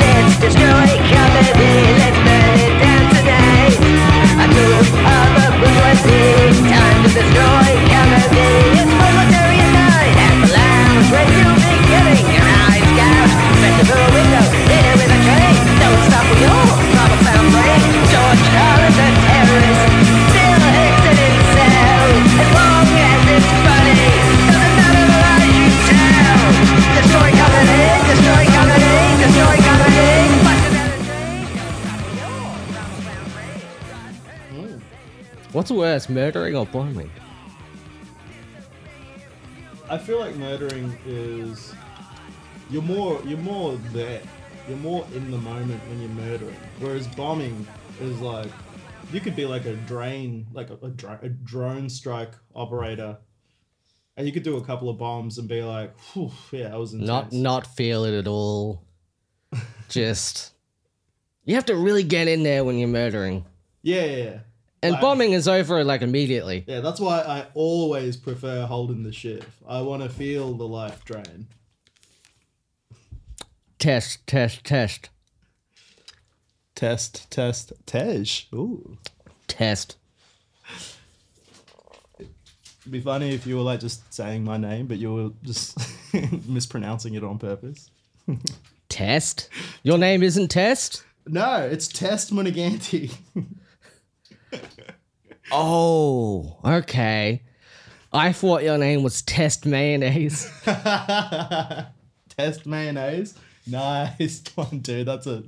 destroy comedy. Let's burn it down tonight. A group of the bourgeoisie. Time to destroy comedy. It's Proletariat Night at the lounge where you'll be getting your eyes gouged. Festival window, dinner with a train. Don't stop with your problem found brain. George Carlin, the terrorist. Still exiting cell. As long as it's funny, doesn't matter the lies you tell. Destroy comedy, destroy comedy, destroy comedy. Fuck the better train. Don't stop with your problem found brain. What's worse, murdering or bombing? I feel like murdering is you're more you're more there. You're more in the moment when you're murdering. Whereas bombing is like you could be like a drain, like a, a, dr- a drone strike operator, and you could do a couple of bombs and be like, Whew, "Yeah, I was intense." Not not feel it at all. Just you have to really get in there when you're murdering. yeah, yeah, yeah, And Like- bombing is over like immediately. yeah. That's why I always prefer holding the shift. I want to feel the life drain. Test, test, test, Test, test, Tej. Ooh. test. It'd be funny if you were like just saying my name, but you were just mispronouncing it on purpose. Test? Your name isn't Test? No, it's Test Monaganti. Oh, okay. I thought your name was Test Mayonnaise. test mayonnaise. Nice one, dude. That's a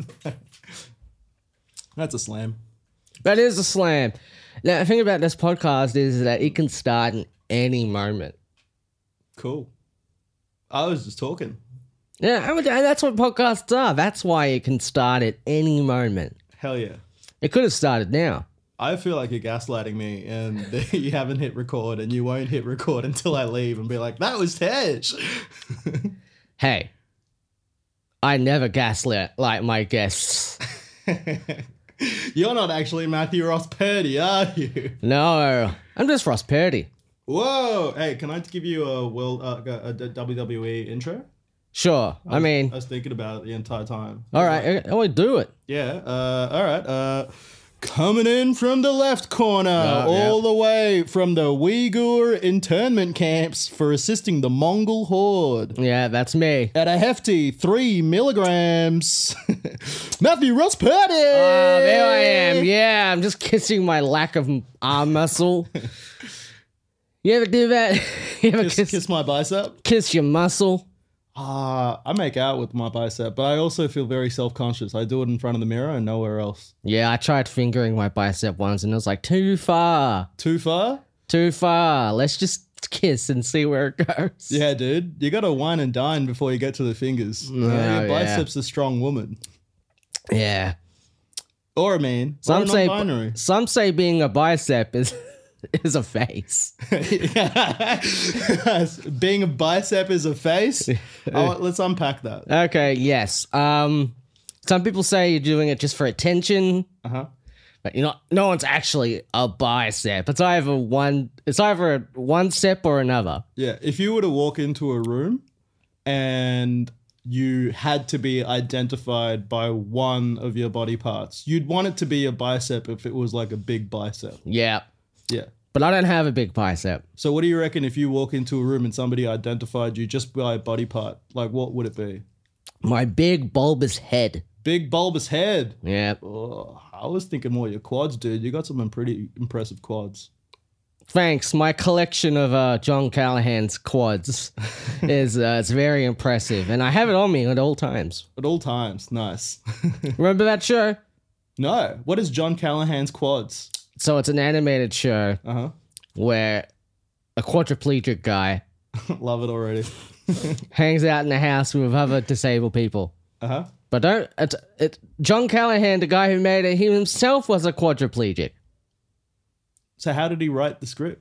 that's a slam. That is a slam. Now, the thing about this podcast is that it can start in any moment. Cool. I was just talking. Yeah, I would- that's what podcasts are. That's why it can start at any moment. Hell yeah. It could have started now. I feel like you're gaslighting me, and you haven't hit record, and you won't hit record until I leave and be like, "That was Tej." Hey, I never gaslit like my guests. You're not actually Matthew Ross Purdy, are you? No, I'm just Ross Purdy. Whoa! Hey, can I give you a world uh, a, a WWE intro? Sure, I mean, I was thinking about it the entire time. all right, I would do it. Yeah. Uh, all right. Uh, coming in from the left corner, Yeah, yeah. all the way from the Uyghur internment camps for assisting the Mongol horde. Yeah, that's me. At a hefty three milligrams, Matthew Ross Purdy. Ah, there I am. Yeah, I'm just kissing my lack of arm muscle. You ever do that? You ever Kiss, kiss, kiss my bicep. kiss your muscle? Ah, I make out with my bicep, but I also feel very self-conscious. I do it in front of the mirror and nowhere else. Yeah, I tried fingering my bicep once and it was like, too far, Too far? too far. Let's just kiss and see where it goes. Yeah, dude. You gotta wine and dine before you get to the fingers. You know, Yeah, your yeah. bicep's a strong woman. Yeah. Or a man. Some or say, non-binary. some say being a bicep is, is a face. Being a bicep is a face. Oh, let's unpack that. Okay, yes. Um, some people say you're doing it just for attention. Uh-huh. But you're not, no one's actually a bicep. It's either one. It's either one step or another. Yeah. If you were to walk into a room and you had to be identified by one of your body parts, you'd want it to be a bicep if it was like a big bicep. Yeah, Yeah. but I don't have a big bicep. So what do you reckon if you walk into a room and somebody identified you just by a body part? Like what would it be? My big bulbous head. Big bulbous head. Yeah, Oh, I was thinking more your quads, dude. You got some pretty impressive quads. thanks. My collection of uh, John Callahan's quads is uh, it's very impressive, and I have it on me at all times. At all times. Nice. Remember that show? no. What is John Callahan's quads? So it's an animated show Uh where a quadriplegic guy huh. Love it already. hangs out in the house with other disabled people. Uh huh. But don't it, it John Callahan, the guy who made it, he himself was a quadriplegic. So how did he write the script?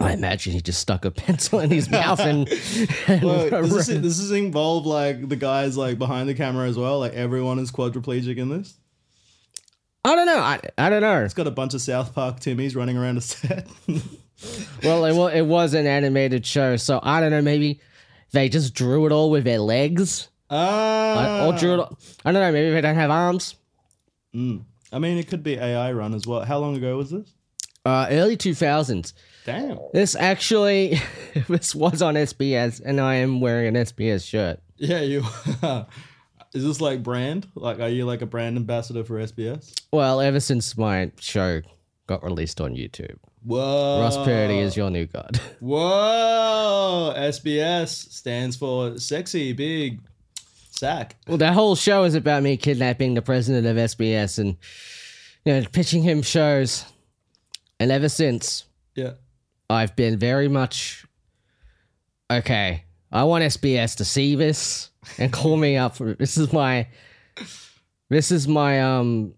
I imagine he just stuck a pencil in his mouth and, and Wait, does, this, does this involve like the guys like behind the camera as well? Like everyone is quadriplegic in this. I don't know. I, I don't know. It's got a bunch of South Park Timmies running around a set. Well, it, wa- it was an animated show, so I don't know. Maybe they just drew it all with their legs. Ah. I, or drill. I don't know. Maybe they don't have arms. Mm. I mean, it could be AI run as well. How long ago was this? Uh, early two thousands. Damn. This actually, this was on SBS, and I am wearing an SBS shirt. Yeah, you. Is this like brand? Like, are you like a brand ambassador for SBS? Well, ever since my show got released on YouTube, Whoa. Ross Purdy is your new god. Whoa. SBS stands for sexy big sack. Well, that whole show is about me kidnapping the president of SBS and you know pitching him shows. And ever since, Yeah. I've been very much okay. I want SBS to see this and call me up. For, this is my this is my um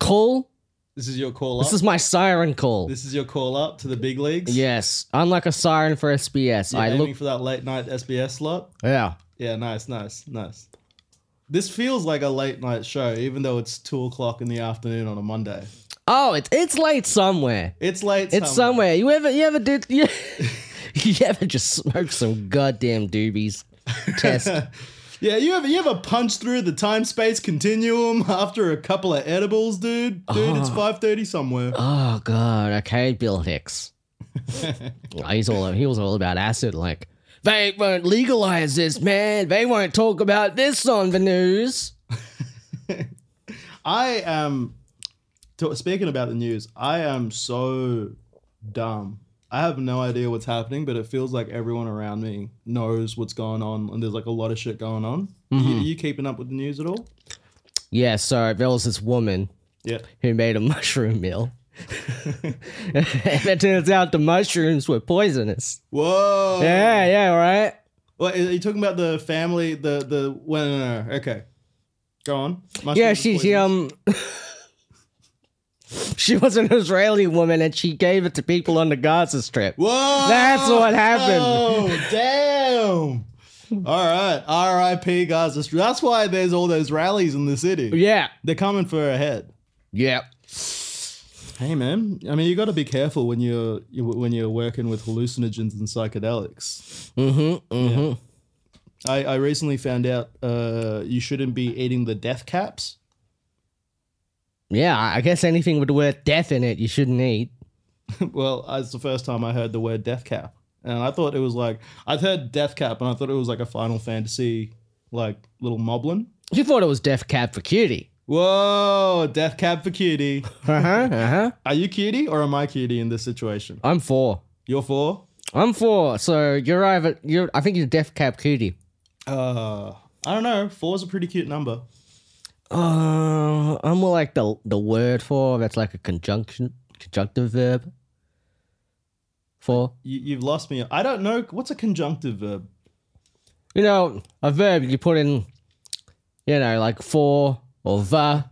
call. This is your call up. This is my siren call. This is your call up to the big leagues. yes, unlike a siren for SBS, You're I aiming look. for that late night SBS slot. Yeah, Yeah, nice, nice, nice. This feels like a late night show, even though it's two o'clock in the afternoon on a Monday. Oh, it's it's late somewhere. It's late. It's somewhere. You ever you ever did you, you ever just smoked some goddamn doobies? Test. Yeah, you ever you ever punch through the time space continuum after a couple of edibles, dude? Dude, Ah. it's five thirty somewhere. oh god. Okay, Bill Hicks. he's all he was all about acid. Like they won't legalize this, man. They won't talk about this on the news. I am. To, speaking about the news, I am so dumb. I have no idea what's happening, but it feels like everyone around me knows what's going on, and there's like a lot of shit going on. Mm-hmm. You, you keeping up with the news at all? Yeah. So there was this woman Yeah. who made a mushroom meal. and it turns out the mushrooms were poisonous. Whoa. Yeah, yeah, right. Well, are you talking about the family? The the well, no, no, no. okay. Go on. Mushrooms Yeah, are she she poisonous. um she was an Israeli woman and she gave it to people on the Gaza Strip. Whoa! That's what happened. Oh, damn. All right. R.I.P. Gaza Strip. That's why there's all those rallies in the city. Yeah, They're coming for a head. yeah. Hey, man. I mean, you got to be careful when you're you, when you're working with hallucinogens and psychedelics. Mm-hmm. Mm-hmm. I, I recently found out uh, you shouldn't be eating the death caps. Yeah, I I guess anything with the word death in it, you shouldn't eat. Well, it's the first time I heard the word death cap, and I thought it was like I'd heard death cap, and I thought it was like a Final Fantasy like little moblin. You thought it was death cab for cutie. Whoa, death cap for cutie. Uh huh. Uh huh. Are you cutie or am I cutie in this situation? I'm for. You're four. I'm for. So you're either you're. I think you're death cab cutie. Uh, I don't know. Four's a pretty cute number. Uh, I'm more like the the word for. That's like a conjunction conjunctive verb. For. You, you've lost me. I don't know what's a conjunctive verb. you know, a verb you put in, you know, like for or the.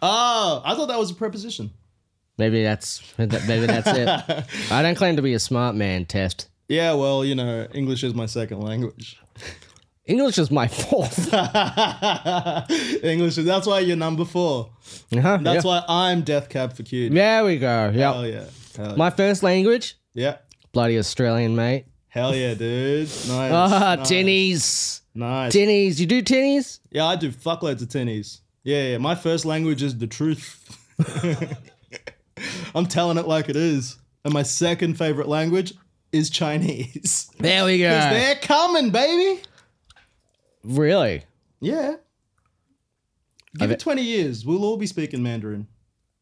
Oh, I thought that was a preposition. Maybe that's maybe that's it. I don't claim to be a smart man. Test yeah, well, you know, English is my second language. English is my fourth. English. is- That's why you're number four. Uh-huh, That's yeah. why I'm death cab for cutie. There we go. Yeah, Hell yeah. Hell my first language, yeah. bloody Australian, mate. Hell yeah, dude. Nice. Ah, nice, tinnies, Nice. tinnies. You do tinnies? yeah, I do fuckloads of tinnies. Yeah, yeah. My first language is the truth. I'm telling it like it is. And my second favorite language is Chinese. There we go. 'Cause they're coming, baby. Really? Yeah. Give it 20 years. We'll all be speaking Mandarin.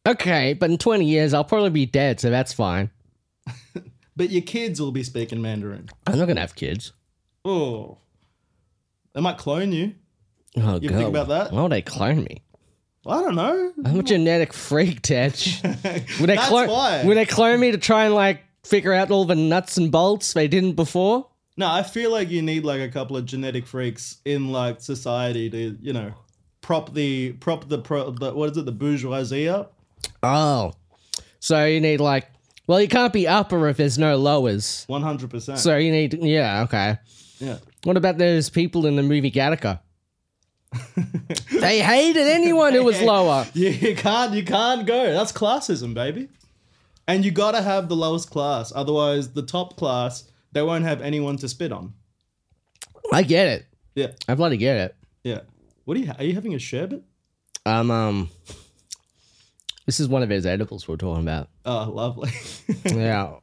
Okay, but in twenty years I'll probably be dead, so that's fine. But your kids will be speaking Mandarin. I'm not gonna have kids. Oh. They might clone you. Oh You god, think about that? Why would they clone me? I don't know. I'm a genetic freak, Tetch. Would they That's clone? why. Would they clone me to try and like figure out all the nuts and bolts they didn't before? No, I feel like you need like a couple of genetic freaks in like society to, you know, prop the prop the, pro, the what is it the bourgeoisie up? Oh, so you need like, well, you can't be upper if there's no lowers. One hundred percent. So you need, yeah, okay. Yeah. What about those people in the movie Gattaca? they hated anyone who was lower. You, you can't you can't go. That's classism, baby. And you gotta have the lowest class, otherwise the top class they won't have anyone to spit on. I get it. Yeah. I bloody get it. Yeah. What are you? Are you having a sherbet? Um, um, this is one of his edibles we we're talking about. Oh, lovely. Yeah,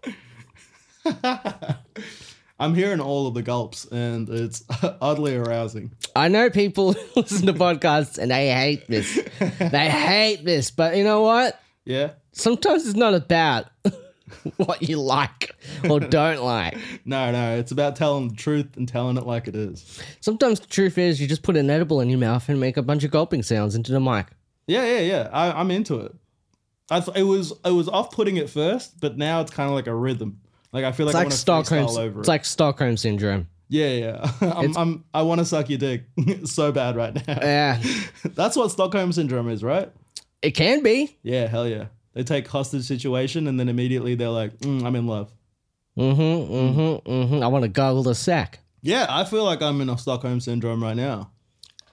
I'm hearing all of the gulps, and it's oddly arousing. I know people listen to podcasts and they hate this. They hate this, but you know what? Yeah. Sometimes it's not about what you like or don't like. No, no. It's about telling the truth and telling it like it is. Sometimes the truth is you just put an edible in your mouth and make a bunch of gulping sounds into the mic. Yeah, yeah, yeah. I, I'm into it. I th- it was it was off putting at first, but now it's kind of like a rhythm. Like I feel It's like like, I want to Stockholm. freestyle over It's it. like Stockholm syndrome. yeah, yeah. I'm, It's- Eh. I'm I want to suck your dick so bad right now. Yeah, That's what Stockholm syndrome is, right? it can be. Yeah, hell yeah. They take hostage situation and then immediately they're like, mm, I'm in love. Mm-hmm. Mm-hmm. Mm-hmm. I want to goggle the sack. Yeah, I feel like I'm in a Stockholm syndrome right now.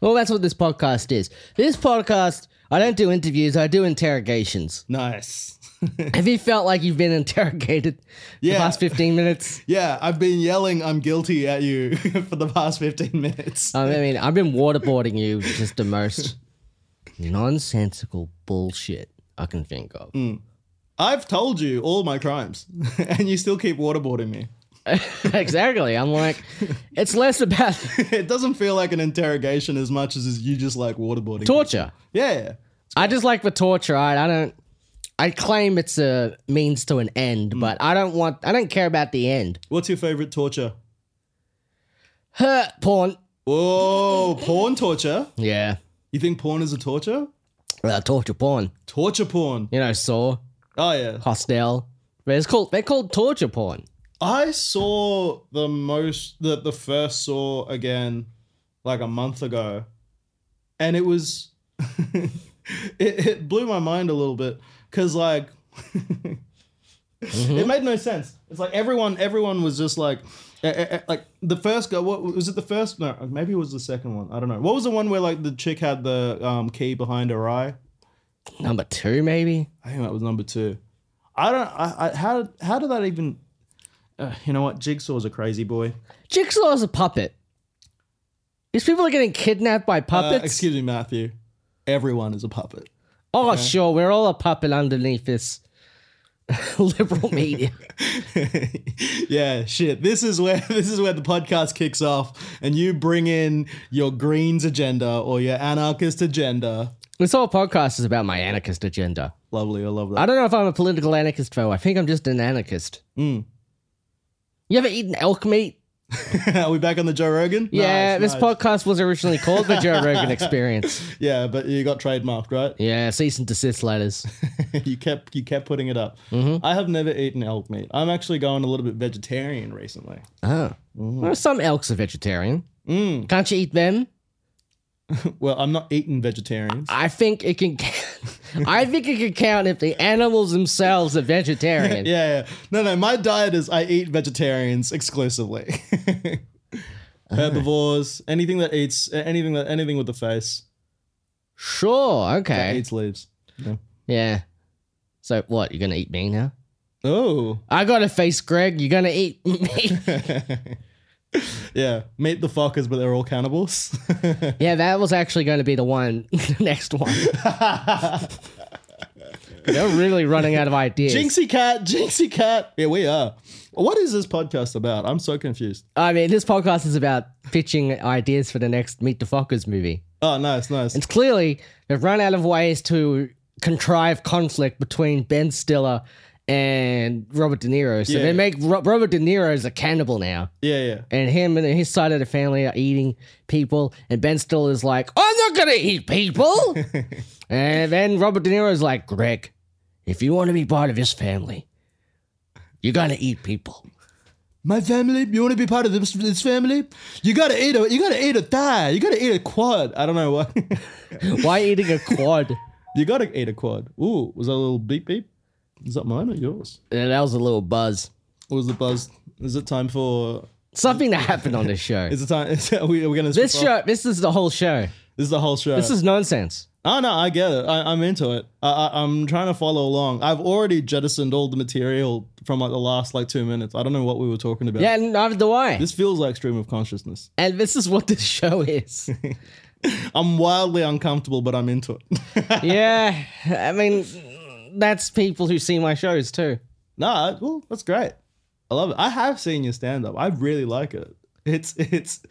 Well, that's what this podcast is. This podcast, I don't do interviews. I do interrogations. Nice. Have you felt like you've been interrogated the Yeah. past 15 minutes? yeah, I've been yelling I'm guilty at you for the past 15 minutes. I mean, I've been waterboarding you with just the most nonsensical bullshit I can think of. I've told you all my crimes and you still keep waterboarding me. exactly. I'm like, it's less about It doesn't feel like an interrogation as much as you just like waterboarding. me. torture. Yeah. I just like the torture. I, I don't. I claim it's a means to an Mm. end, but I don't want. I don't care about the end. What's your favorite torture? Hurt porn. Whoa, porn torture? Yeah, You think porn is a torture? uh, torture porn. Torture porn. You know, saw Oh yeah. hostel. But it's called. They're called torture porn. I saw the most the, the first saw again like a month ago. And it was it, it blew my mind a little bit cuz like it made no sense. It's like everyone everyone was just like eh, eh, eh, like the first go what was it the first no maybe it was the second one. I don't know. What was the one where like the chick had the um, key behind her eye? Number two, maybe. I think that was number two. I don't. I, I how how did that even? Uh, you know what? Jigsaw's a crazy boy. Jigsaw's a puppet. These people are getting kidnapped by Uh, puppets. excuse me, Matthew. Everyone is a puppet. oh, sure, we're all a puppet underneath this liberal media. yeah, shit. This is where this is where the podcast kicks off, and you bring in your Greens agenda or your anarchist agenda. This whole podcast is about my anarchist agenda. Lovely, I love that. I don't know if I'm a political anarchist though. I think I'm just an anarchist. Mm. You ever eaten elk meat? Are we back on the Joe Rogan? yeah, Nice, this nice. podcast was originally called the Joe Rogan Experience. Yeah, but you got trademarked, right? Yeah, cease and desist letters. you kept you kept putting it up. Mm-hmm. I have never eaten elk meat. I'm actually going a little bit vegetarian recently. Oh. Mm-hmm. Well, some elks are vegetarian. Mm. Can't you eat them? Well, I'm not eating vegetarians. I think it can. I think it can count if the animals themselves are vegetarian. Yeah, yeah. No, no. My diet is I eat vegetarians exclusively. Herbivores, anything that eats anything that anything with the face Sure. that Okay. eats leaves. Yeah. So what? You're gonna eat me now? Oh, I got a face, Greg. You're gonna eat me? yeah. Meet the fuckers, but they're all cannibals. yeah, that was actually going to be the one. the next one. They're really running out of ideas. Jinxie cat, Jinxie cat. Here we are. What is this podcast about? I'm so confused. I mean, this podcast is about pitching ideas for the next Meet the Fockers movie. Oh, nice, nice. It's clearly they've run out of ways to contrive conflict between Ben Stiller and Robert De Niro. So Yeah, they yeah. make Ro- Robert De Niro is a cannibal now, Yeah, yeah. and him and his side of the family are eating people, and Ben Stiller is like, "I'm not gonna eat people," and then Robert De Niro is like, "Greg, if you want to be part of this family, you're gonna eat people." My family, you want to be part of this, this family? You gotta eat a, you gotta eat a thigh. You gotta eat a quad. I don't know what. Why eating a quad? you gotta eat a quad. Ooh, was that a little beep beep? Is that mine or yours? Yeah, that was a little buzz. Or was the buzz? Is it time for? Something that happened on this show. Is it time? Is it, are we are we gonna? This switch off? show, this is the whole show. This is the whole show. This is nonsense. Oh no, I get it. I, I'm into it. I, I, I'm trying to follow along. I've already jettisoned all the material from like the last like two minutes. I don't know what we were talking about. Yeah, and neither do I. This feels like stream of consciousness. and this is what this show is. I'm wildly uncomfortable, but I'm into it. yeah, I mean, that's people who see my shows too. nah, well, that's great. I love it. I have seen your stand up. I really like it. It's it's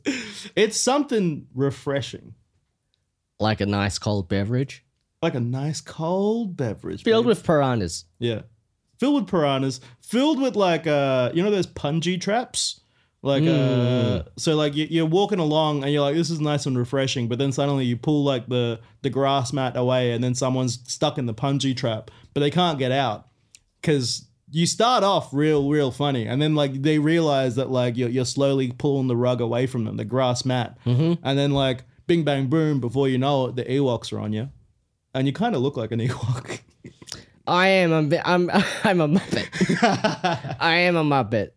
it's something refreshing, Like a nice cold beverage like a nice cold beverage filled babe. with piranhas. Yeah. Filled with piranhas, filled with like uh you know those punji traps? Like uh so like you, you're walking along and you're like this is nice and refreshing, but then suddenly you pull like the the grass mat away and then someone's stuck in the punji trap, but they can't get out cuz you start off real real funny and then like they realize that like you're, you're slowly pulling the rug away from them, the grass mat. And then like bing bang boom before you know it the Ewoks are on you. And you kind of look like an Ewok. I am a bit, I'm I'm a muppet. I am a muppet.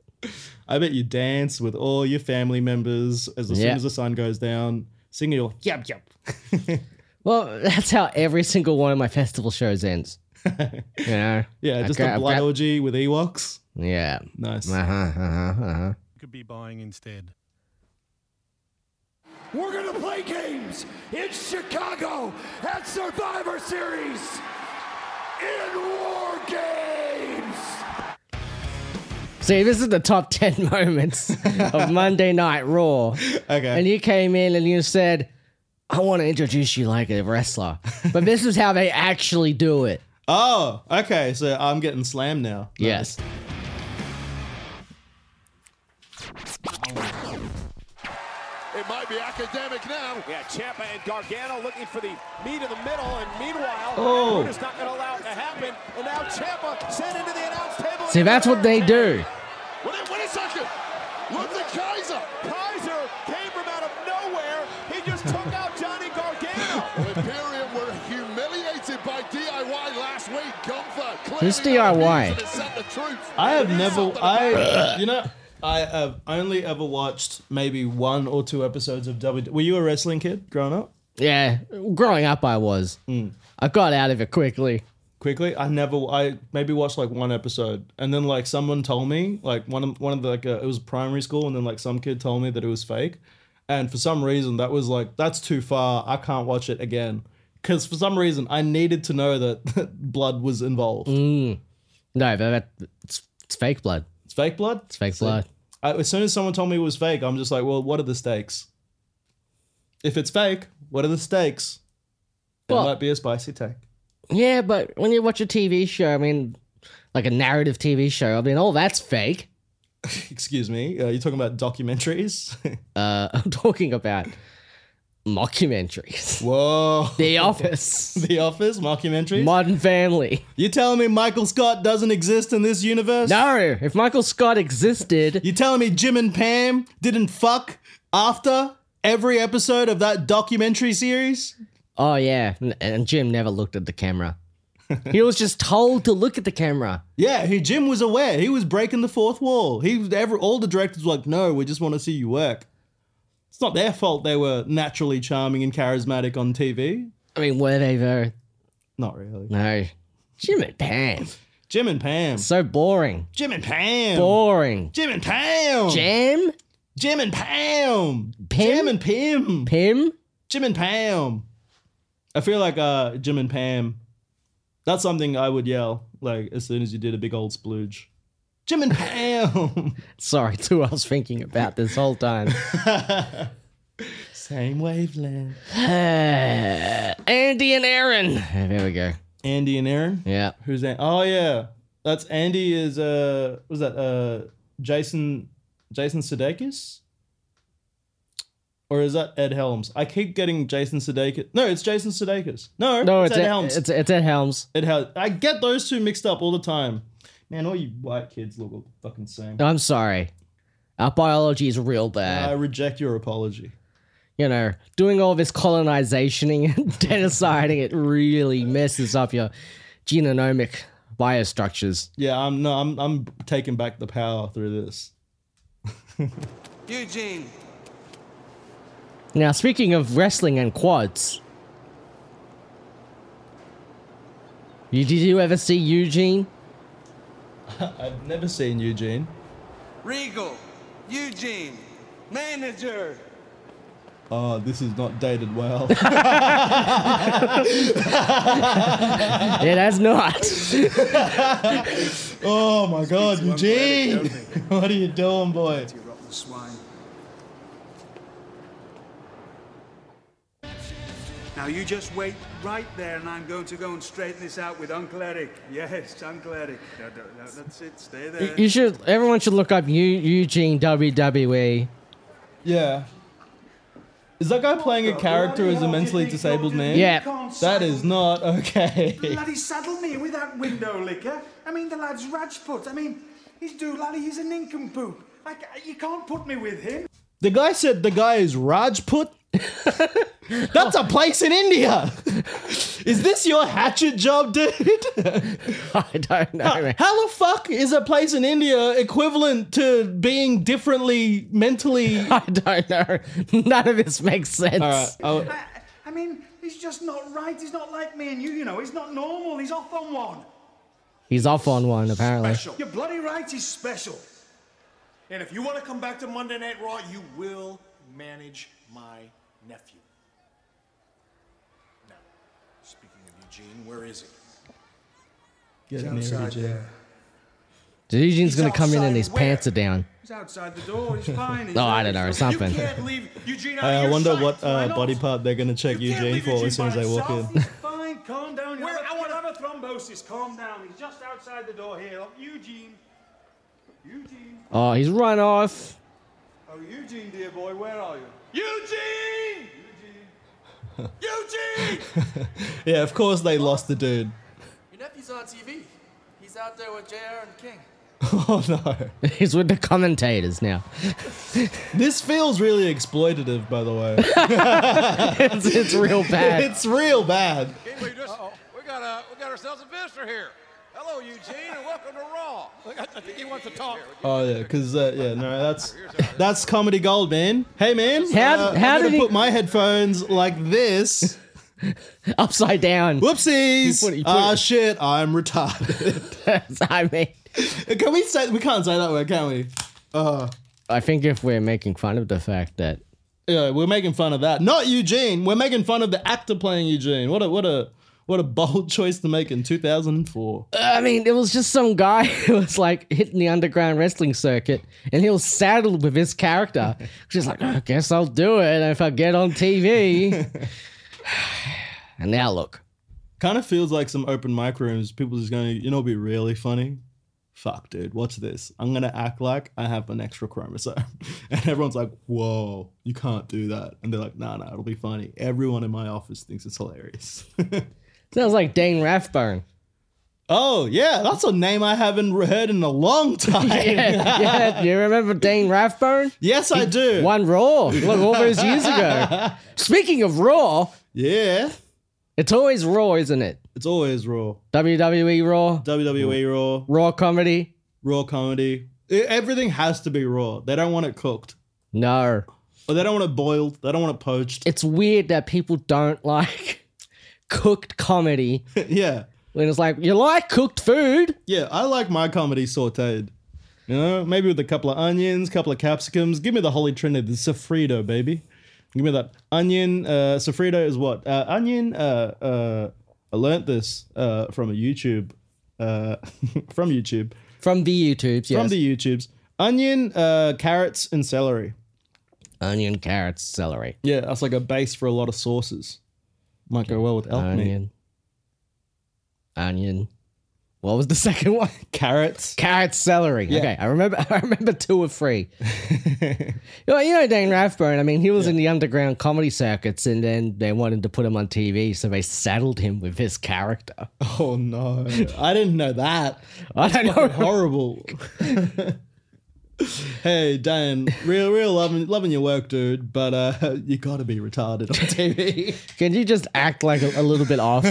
I bet you dance with all your family members as, as Yeah. soon as the sun goes down, singing your yep yep. Well, that's how every single one of my festival shows ends. You know? yeah, I just gra- a I blood grab- orgy with Ewoks. Yeah. Nice. Uh huh. Uh huh. Uh-huh. could be buying instead. We're going to play games in Chicago at Survivor Series in War Games. See, this is the top 10 moments of Monday Night Raw. And Okay. you came in and you said, I want to introduce you like a wrestler. But this is how they actually do it. oh, okay. So I'm getting slammed now. Yes. It might be academic now. Yeah, Champa and Gargano looking for the meat of the middle, and meanwhile, Oh. Brutus not going to allow it to happen. And now Champa sent into the announce table. See, that's what they do. Wait, a- wait a second. Look at Kaiser. Kaiser came from out of nowhere. He just took out Johnny Gargano. Imperium were humiliated by DIY last week. Gunther clearly Who's DIY? refusing to set the truth. I have It is never. something I you know I have only ever watched maybe one or two episodes of W. E. Were you a wrestling kid growing up? Yeah. Growing up, I was. Mm. I got out of it quickly. quickly. I never, I maybe watched like one episode, and then like someone told me, like one of one of the like uh, it was primary school, and then like some kid told me that it was fake, and for some reason that was like that's too far. I can't watch it again because for some reason I needed to know that blood was involved. Mm. No, but that, it's, it's fake blood. It's fake blood. It's fake blood. I, as soon as someone told me it was fake, I'm just like, well, what are the stakes? If it's fake, what are the stakes? It Well- might be a spicy take. Yeah, but when you watch a TV show, I mean, like a narrative TV show, I mean, all that's fake. Excuse me. Uh, you're talking about documentaries. Uh, I'm talking about mockumentaries. Whoa. The Office. The Office, mockumentary. Modern Family. you telling me Michael Scott doesn't exist in this universe? No, if Michael Scott existed, You telling me Jim and Pam didn't fuck after every episode of that documentary series? oh yeah, and- and Jim never looked at the camera. he was just told to look at the camera. Yeah, he Jim was aware. He was breaking the fourth wall. He was every all the directors were like, "No, we just want to see you work." It's not their fault they were naturally charming and charismatic on TV. I mean, were they though? Not really. No. Jim and Pam. Jim and Pam. So boring. Jim and Pam. Boring. Jim and Pam. Jam? Jim and Pam. Pim? Jim and Pim. Pim? Jim and Pam. I feel like uh, Jim and Pam. That's something I would yell like as soon as you did a big old splooge. Jim and Pam. Sorry, it's who I was thinking about this whole time. Same wavelength. Andy and Aaron. Yeah, There we go. Andy and Aaron. Yeah. Who's that? Oh yeah, that's Andy. Is uh, was that uh, Jason Jason Sudeikis? Or is that Ed Helms? I keep getting Jason Sudeikis. No, it's Jason Sudeikis. No, No, it's, it's Ed at, Helms. It's, it's at Helms. It has. I get those two mixed up all the time. Man, all you white kids look all fucking same. I'm sorry. Our biology is real I bad. reject your apology. you know, doing all this colonizationing and genociding, it really messes up your genomic biostructures. Yeah, I'm no, I'm I'm taking back the power through this. Eugene, Now, speaking of wrestling and quads, you, did you ever see Eugene? I've never seen Eugene. Regal, Eugene, manager. Oh, this is not dated well. It has not. oh my god, one planet, Eugene! what are you doing, boy? You rotten swine. Now you just wait right there, and I'm going to go and straighten this out with Uncle Eric. Yes, Uncle Eric. No, no, no, that's it. Stay there. You should. Everyone should look up Eu- Eugene E. WWE. Yeah. Is that guy playing a character as a mentally disabled man? Yeah. That is not okay. Bloody saddle me with that window licker. I mean, the lad's Rajput. I mean, he's Doolally, he's a nincompoop. I, ca- you can't put me with him. The guy said the guy is Rajput. That's a place in India. Is this your hatchet job, dude? I don't know. man. How the fuck is a place in India equivalent to being differently mentally? I don't know. None of this makes sense. Alright, I'll- I, I mean, he's just not right. He's not like me and you, you know. He's not normal. He's off on one. He's off on one apparently. You're bloody right, he's special. And if you want to come back to Monday Night Raw, you will manage my nephew. Now, speaking of Eugene, where is he? Get married, yeah. Eugene's gonna He's come in and outside his where? pants are down. He's outside the door. He's fine. He's Oh, I don't know. You Something. can't leave Eugene out of I your wonder sight. what Why uh, not? body part they're gonna check You can't Eugene leave for as soon Eugene as by I walk in. himself. He's fine. Calm down. You'll Where- have, I wanna- you'll have a thrombosis. Calm down. He's just outside the door here. Look, Eugene. Eugene. Oh, he's run off. Oh, Eugene, dear boy, where are you? Eugene! Eugene! Yeah, of course they lost the dude. Your nephew's on TV. He's out there with JR and King. Oh no. He's with the commentators now. This feels really exploitative, by the way. It's, it's real bad. it's real bad. We just, we got a, we got ourselves a visitor here. Hello, Eugene, and welcome to Raw. I, I think he wants to talk. Oh yeah, because uh, yeah, no, that's that's comedy gold, man. Hey man, How- uh, how I'm did gonna he- put my headphones like this? Upside down. Whoopsies! You put it- you put Ah it- shit, I'm retarded. I mean, can we say we can't say that word, can we? Uh, I think if we're making fun of the fact that yeah, we're making fun of that. Not Eugene. We're making fun of the actor playing Eugene. What a what a what a bold choice to make in 2004. I mean, it was just some guy who was like hitting the underground wrestling circuit, and he was saddled with his character. She's like, I guess I'll do it if I get on TV. and now look, kind of feels like some open mic rooms. People just going, you know, it'd be really funny. Fuck, dude, watch this. I'm gonna act like I have an extra chromosome, and everyone's like, "Whoa, you can't do that." And they're like, "Nah, nah, it'll be funny." Everyone in my office thinks it's hilarious. sounds like Dane Rathbone. oh yeah, that's a name I haven't heard in a long time. Yeah, yeah, you remember Dane Rathbone? Yes, I do. One Raw, look, all those years ago. Speaking of Raw, Yeah, it's always Raw, isn't it? it's always Raw, WWE Raw, WWE Raw, Raw comedy. Raw comedy. E- Everything has to be raw. They don't want it cooked, No, or they don't want it boiled. They don't want it poached. it's weird that people don't like cooked comedy. yeah. When it's like, you like cooked food? Yeah, I like my comedy sauteed. You know, maybe with a couple of onions, couple of capsicums. Give me the holy trinity, the sofrito, baby. Give me that onion. Uh, sofrito is what? Uh, onion. Uh, uh, I learnt this uh, from a YouTube, uh, from YouTube, From the YouTubes, yes. from the YouTubes. Onion, uh, carrots, and celery. Onion, carrots, celery. Yeah, that's like a base for a lot of sauces. Might go well with elk meat. Onion. Onion. What was the second one? Carrots. Carrots, celery. Okay, I remember. I remember two or three. you, know, you know Dane Rathbone. I mean, he was in the underground comedy circuits, and then they wanted to put him on TV, so they saddled him with his character. Oh no, I didn't know that. I don't know. horrible. hey Dan, real real loving loving your work, dude, but uh you gotta be retarded on TV. Can you just act like a, a little bit off?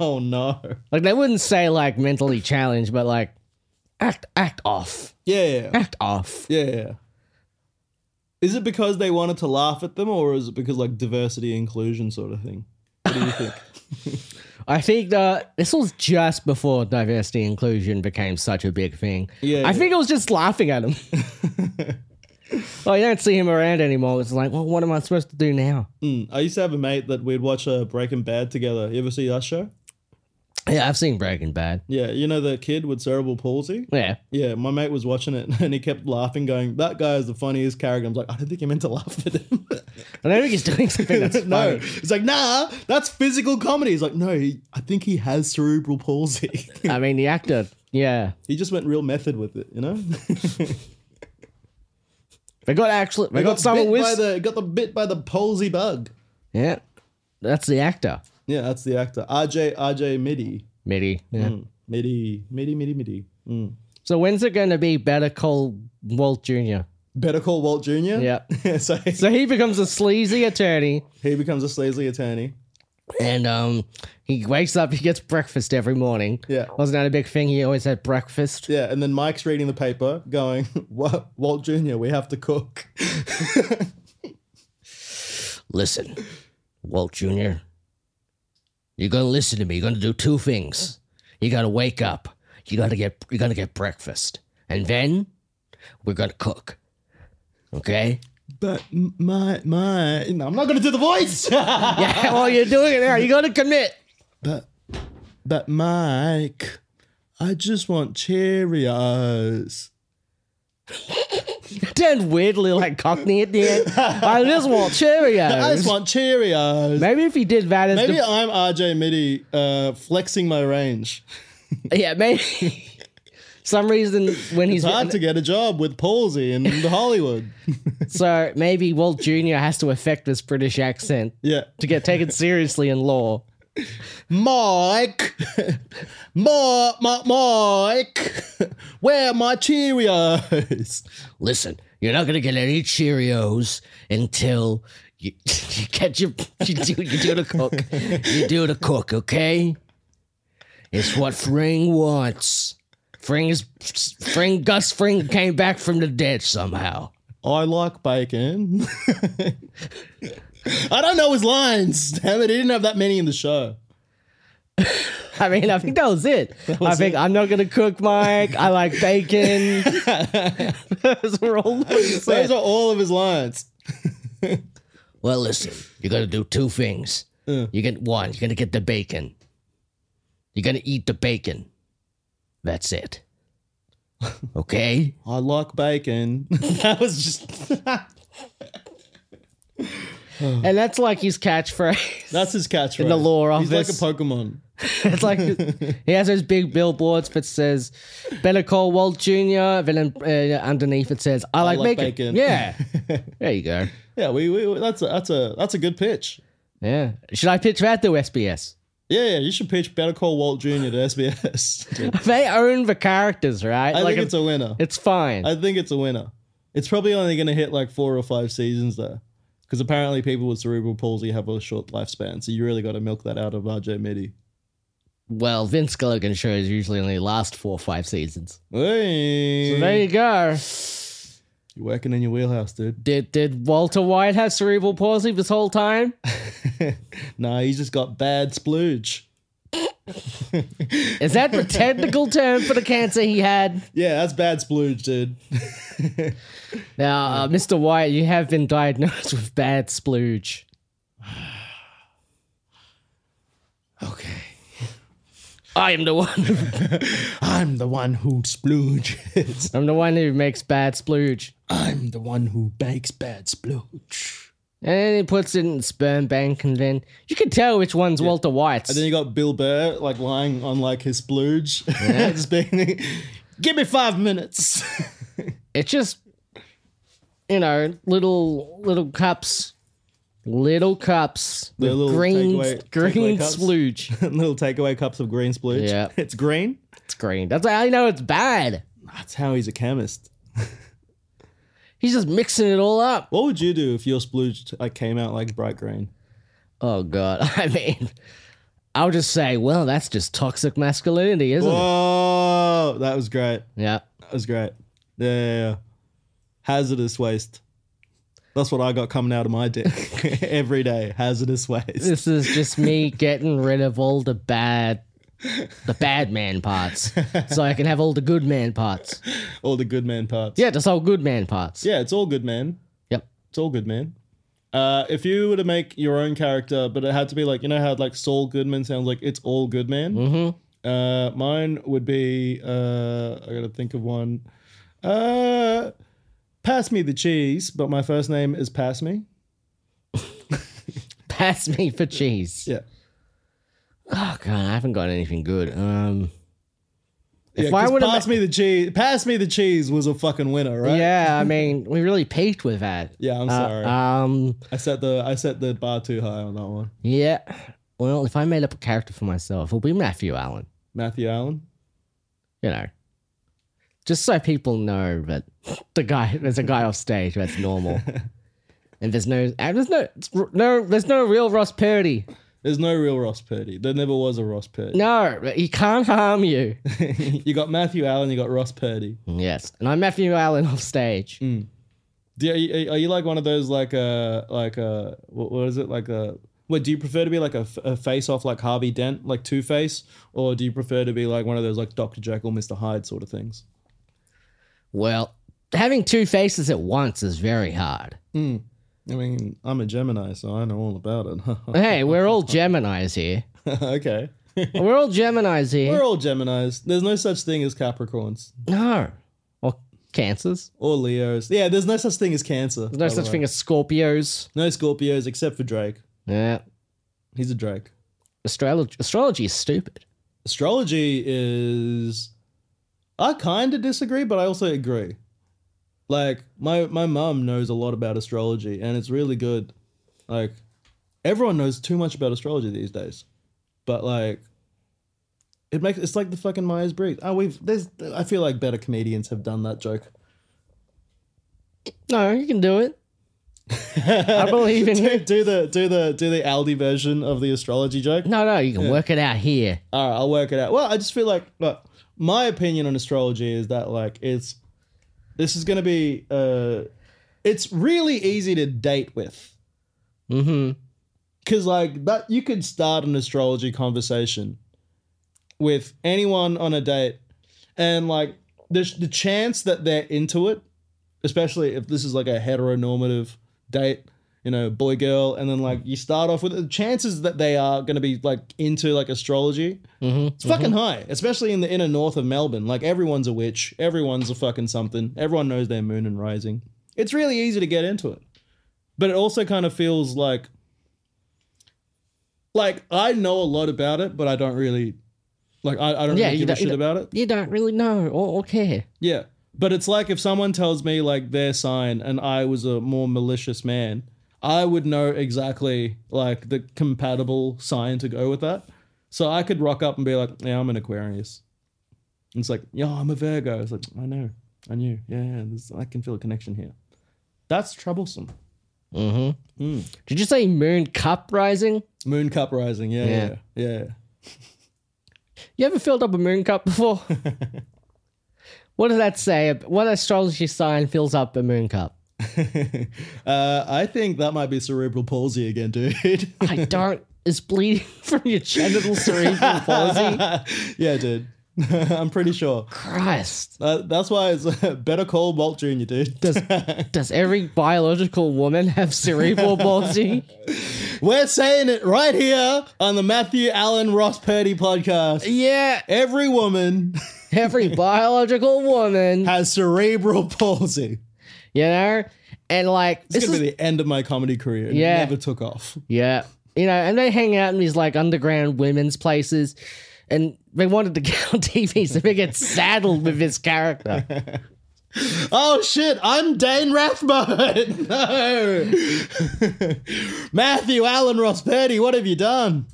oh no. like they wouldn't say like mentally challenged, but like act act off, Yeah. act off. Yeah. Is it because they wanted to laugh at them, or is it because like diversity inclusion sort of thing? What do you think? I think that this was just before diversity inclusion became such a big thing. Yeah, I yeah. think it was just laughing at him. oh, you don't see him around anymore. It's like, well, what am I supposed to do now? Mm, I used to have a mate that we'd watch uh, Breaking Bad together. You ever see that show? Yeah, I've seen Breaking Bad. Yeah, you know the kid with cerebral palsy. Yeah. Yeah, my mate was watching it and he kept laughing, going, "That guy is the funniest character." I'm like, I don't think you meant to laugh at him. I don't think he's doing something that's no, funny. it's like, nah, that's physical comedy. He's like, no, he, I think he has cerebral palsy. I mean, the actor, yeah. he just went real method with it, you know. They got actually, they, got, someone bit with. by the got the bit by the palsy bug. yeah. That's the actor, Yeah, that's the actor, RJ RJ Midi, Mitty. Yeah. Mm. Hmm. Midi, Midi, Midi, Midi. So when's it going to be Better Call Walt Jr.? Better call Walt Jr. Yeah. so So he becomes a sleazy attorney. he becomes a Sleazy attorney. And um, he wakes up, he gets breakfast every morning. Yeah. Wasn't that a big thing? He always had breakfast. Yeah, and then Mike's reading the paper, going, "What, Walt Junior? We have to cook." Listen, Walt Jr., you're going to listen to me. You're going to do two things. You got to wake up. You got to get you got to get breakfast. And then we're going to cook. Okay? But m- my my, no, I'm not gonna do the voice. Yeah, well, you're doing it now. You got to commit. but but Mike, I just want Cheerios. Turned weirdly like Cockney at the end. I just want I just Cheerios. want Cheerios. Maybe, Maybe if he did that as the I'm RJ Mitty, uh, flexing my range. Yeah, maybe. Some reason when he's It's hard to get a job with palsy in Hollywood. so maybe Walt Jr. has to affect this British accent Yeah, to get taken seriously in law. Mike, Ma- Ma- Mike, where are my Cheerios? Listen, you're not gonna get any Cheerios until you, you get your you do you do the cook you do the cook. Okay, it's what Fring wants. Fring is Fring Gus Fring came back from the dead somehow. I like bacon. I don't know his lines. Damn it, he didn't have that many in the show. I mean, I think that was it. I think I'm not gonna cook, Mike. I like bacon. Those were all that he Those said. are all of his lines. well, listen, you're gonna do two things. You get one. You're gonna get the bacon. You're gonna eat the bacon. That's it. Okay. I like bacon. that was just and that's like his catchphrase. that's his catchphrase. In the lore he's office. like a Pokemon. It's like he has those big billboards that says "Better Call Walt Jr." Then uh, underneath it says "I like, like bacon." bacon. Yeah. there you go. Yeah, we, we that's a that's a that's a good pitch. Yeah. Should I pitch that to SBS? Yeah, yeah, you should pitch Better Call Walt Jr. to SBS. They own the characters, right? I like think it's a winner. it's fine. I think it's a winner. It's probably only going to hit like four or five seasons though, because apparently people with cerebral palsy have a short lifespan. So you really got to milk that out of RJ Mitty. well, Vince Gilligan shows usually only last four or five seasons. Hey, So there you go. you're working in your wheelhouse, dude. Did did Walter White have cerebral palsy this whole time? Nah, he's just got bad splooge. Is that the technical term for the cancer he had? Yeah, that's bad splooge, dude. Now, uh, Mr. White, you have been diagnosed with bad splooge. Okay, I am the one. I'm the one who splooges. I'm the one who makes bad splooge. I'm the one who bakes bad splooge. And then he puts it in the sperm bank, and then you can tell which one's Walter White's. And then you got Bill Burr like lying on like his splooge, just being, give me five minutes. it's just you know little little cups little cups with They're little green takeaway- green takeaway cups? splooge little takeaway cups of green splooge. Yeah. It's green. it's green that's how you know it's bad That's how he's a chemist. he's just mixing it all up What would you do if your splooge like came out like bright green? oh god i mean i'll just say well that's just toxic masculinity isn't Whoa, that was great. it yeah That was great. Yeah, yeah, yeah. hazardous waste. That's what I got coming out of my dick every day. Hazardous waste. This is just me getting rid of all the bad, the bad man parts, so I can have all the good man parts. All the good man parts. Yeah, just all good man parts. Yeah, it's all good, man. Yep. It's all good, man. Uh, if you were to make your own character, but it had to be like you know how like Saul Goodman sounds like it's all good, man. Mm-hmm. Uh, mine would be uh, I gotta think of one. Uh, pass me the cheese, but my first name is Pass Me. Pass me for cheese. Yeah. Oh god, I haven't got anything good. Um, if yeah, I 'cause would pass have, me the cheese, pass me the cheese was a fucking winner, right? yeah, I mean, we really peaked with that. Yeah, I'm Uh, sorry. um, I set the I set the bar too high on that one. yeah. Well, if I made up a character for myself, it'll be Matthew Allen. Matthew Allen. You know, just so people know that the guy there's a guy off stage that's normal, and there's no and there's no no there's no real Ross Purdy. There's no real Ross Purdy. There never was a Ross Purdy. No, he can't harm you. you got Matthew Allen. You got Ross Purdy. yes, and I'm Matthew Allen off stage. Do, are, you, are you like one of those like uh like uh what, what is it like a what do you prefer to be like a, f- a face off like Harvey Dent like Two Face or do you prefer to be like one of those like Doctor Jekyll Mister Hyde sort of things? Well, having two faces at once is very hard. I mean, I'm a Gemini, so I know all about it. Hey, we're all Geminis here. okay, We're all Geminis we're here. all Geminis. There's no such thing as Capricorns No. Or Cancers. or Leos. Yeah, there's no such thing as Cancer. There's no such thing as Scorpios. no Scorpios except for Drake. Yeah. He's a Drake. Astrology, astrology is stupid. astrology is I kind of disagree, but I also agree. Like my my mum knows a lot about astrology and it's really good. Like everyone knows too much about astrology these days. But like it makes it's like the fucking Myers Briggs. Oh, we've there's I feel like better comedians have done that joke. No, you can do it. I believe in do, you. do the do the do the Aldi version of the astrology joke. No, no, you can work it out here. all right, I'll work it out. Well, I just feel like, look, my opinion on astrology is that like it's this is going to be uh it's really easy to date with. Mhm. Cuz like that you could start an astrology conversation with anyone on a date and like the the chance that they're into it, especially if this is like a heteronormative date, you know, boy girl and then like you start off with the chances that they are going to be like into like astrology Mm-hmm, it's fucking high, especially in the inner north of Melbourne. Like everyone's a witch, everyone's a fucking something. Everyone knows their moon and rising. It's really easy to get into it, but it also kind of feels like, like I know a lot about it, but I don't really, like I, I don't Yeah, really you give a don't- you shit about it. You don't really know or, or care. Yeah, but it's like if someone tells me like their sign and I was a more malicious man, I would know exactly like the compatible sign to go with that. So I could rock up and be like, "Yeah, I'm an Aquarius." And it's like, "Yeah, I'm a Virgo." It's like, "I know, I knew, yeah, yeah this, I can feel a connection here." That's troublesome. Did you say moon cup rising? Moon cup rising, yeah, yeah, Yeah. yeah. You ever filled up a moon cup before? what does that say? ab- What astrology sign fills up a moon cup? Uh, I think that might be cerebral palsy again, dude. I don't. Is bleeding from your genital cerebral palsy? yeah, dude. I'm pretty sure. Christ. Uh, that's why it's better call Walt Jr., dude. Does does every biological woman have cerebral palsy? We're saying it right here on the Matthew Allen Ross Purdy podcast. Yeah, Every woman every biological woman, has cerebral palsy. you know, and like It's this gonna is be the end of my comedy career. It Yeah. never took off. yeah, you know, and they hang out in these like underground women's places, and they wanted to get on TV, so they get saddled with this character. Oh shit! I'm Dane Rathbone. no, Matthew Allen Ross Purdy. What have you done?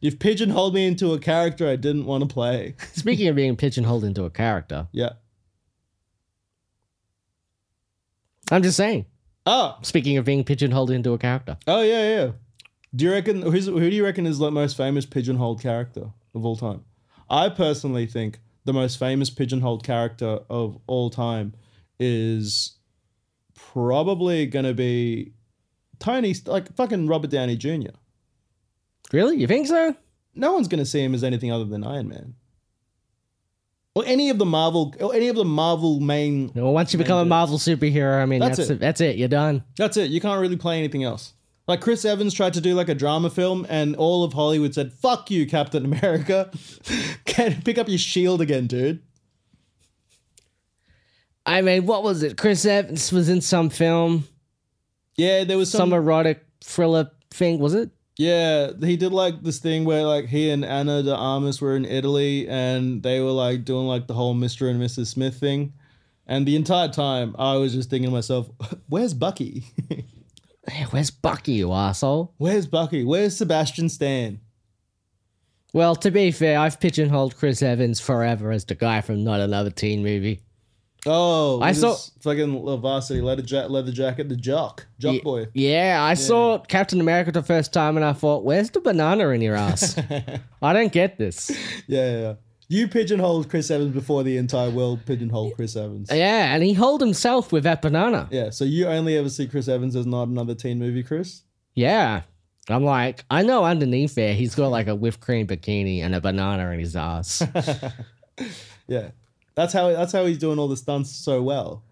You've pigeonholed me into a character I didn't want to play. Speaking of being pigeonholed into a character, Yeah. I'm just saying. Oh, Speaking of being pigeonholed into a character, Oh yeah, yeah. Do you reckon who's, who do you reckon is the most famous pigeonholed character of all time? I personally think the most famous pigeonholed character of all time is probably gonna be Tony, like fucking Robert Downey Jr. Really? You think so? No one's going to see him as anything other than Iron Man. Or any of the Marvel, or any of the Marvel main. Well, once you become a Marvel superhero, I mean, That's that's, it. it. That's it. You're done. That's it. You can't really play anything else. Like Chris Evans tried to do like a drama film, and all of Hollywood said, "Fuck you, Captain America. Can pick up your shield again, dude." I mean, what was it? Chris Evans was in some film, Yeah, there was some some erotic thriller thing, was it? Yeah, he did like this thing where like he and Anna de Armas were in Italy and they were like doing like the whole Mr. and Mrs. Smith thing. And the entire time I was just thinking to myself, where's Bucky? Hey, where's Bucky, you asshole? where's Bucky? Where's Sebastian Stan? Well, to be fair, I've pigeonholed Chris Evans forever as the guy from Not Another Teen Movie. Oh, I with saw- his fucking Le varsity leather, ja- leather jacket, the jock, jock Ye- boy. Yeah, I saw Captain America the first time and I thought, where's the banana in your ass? I don't get this. Yeah, yeah, yeah. You pigeonholed Chris Evans before the entire world pigeonholed Chris Evans. Yeah, and he holed himself with that banana. Yeah, so you only ever see Chris Evans as not another teen movie, Chris? Yeah. I'm like, I know underneath there, he's got like a whipped cream bikini and a banana in his ass. Yeah, that's how that's how he's doing all the stunts so well.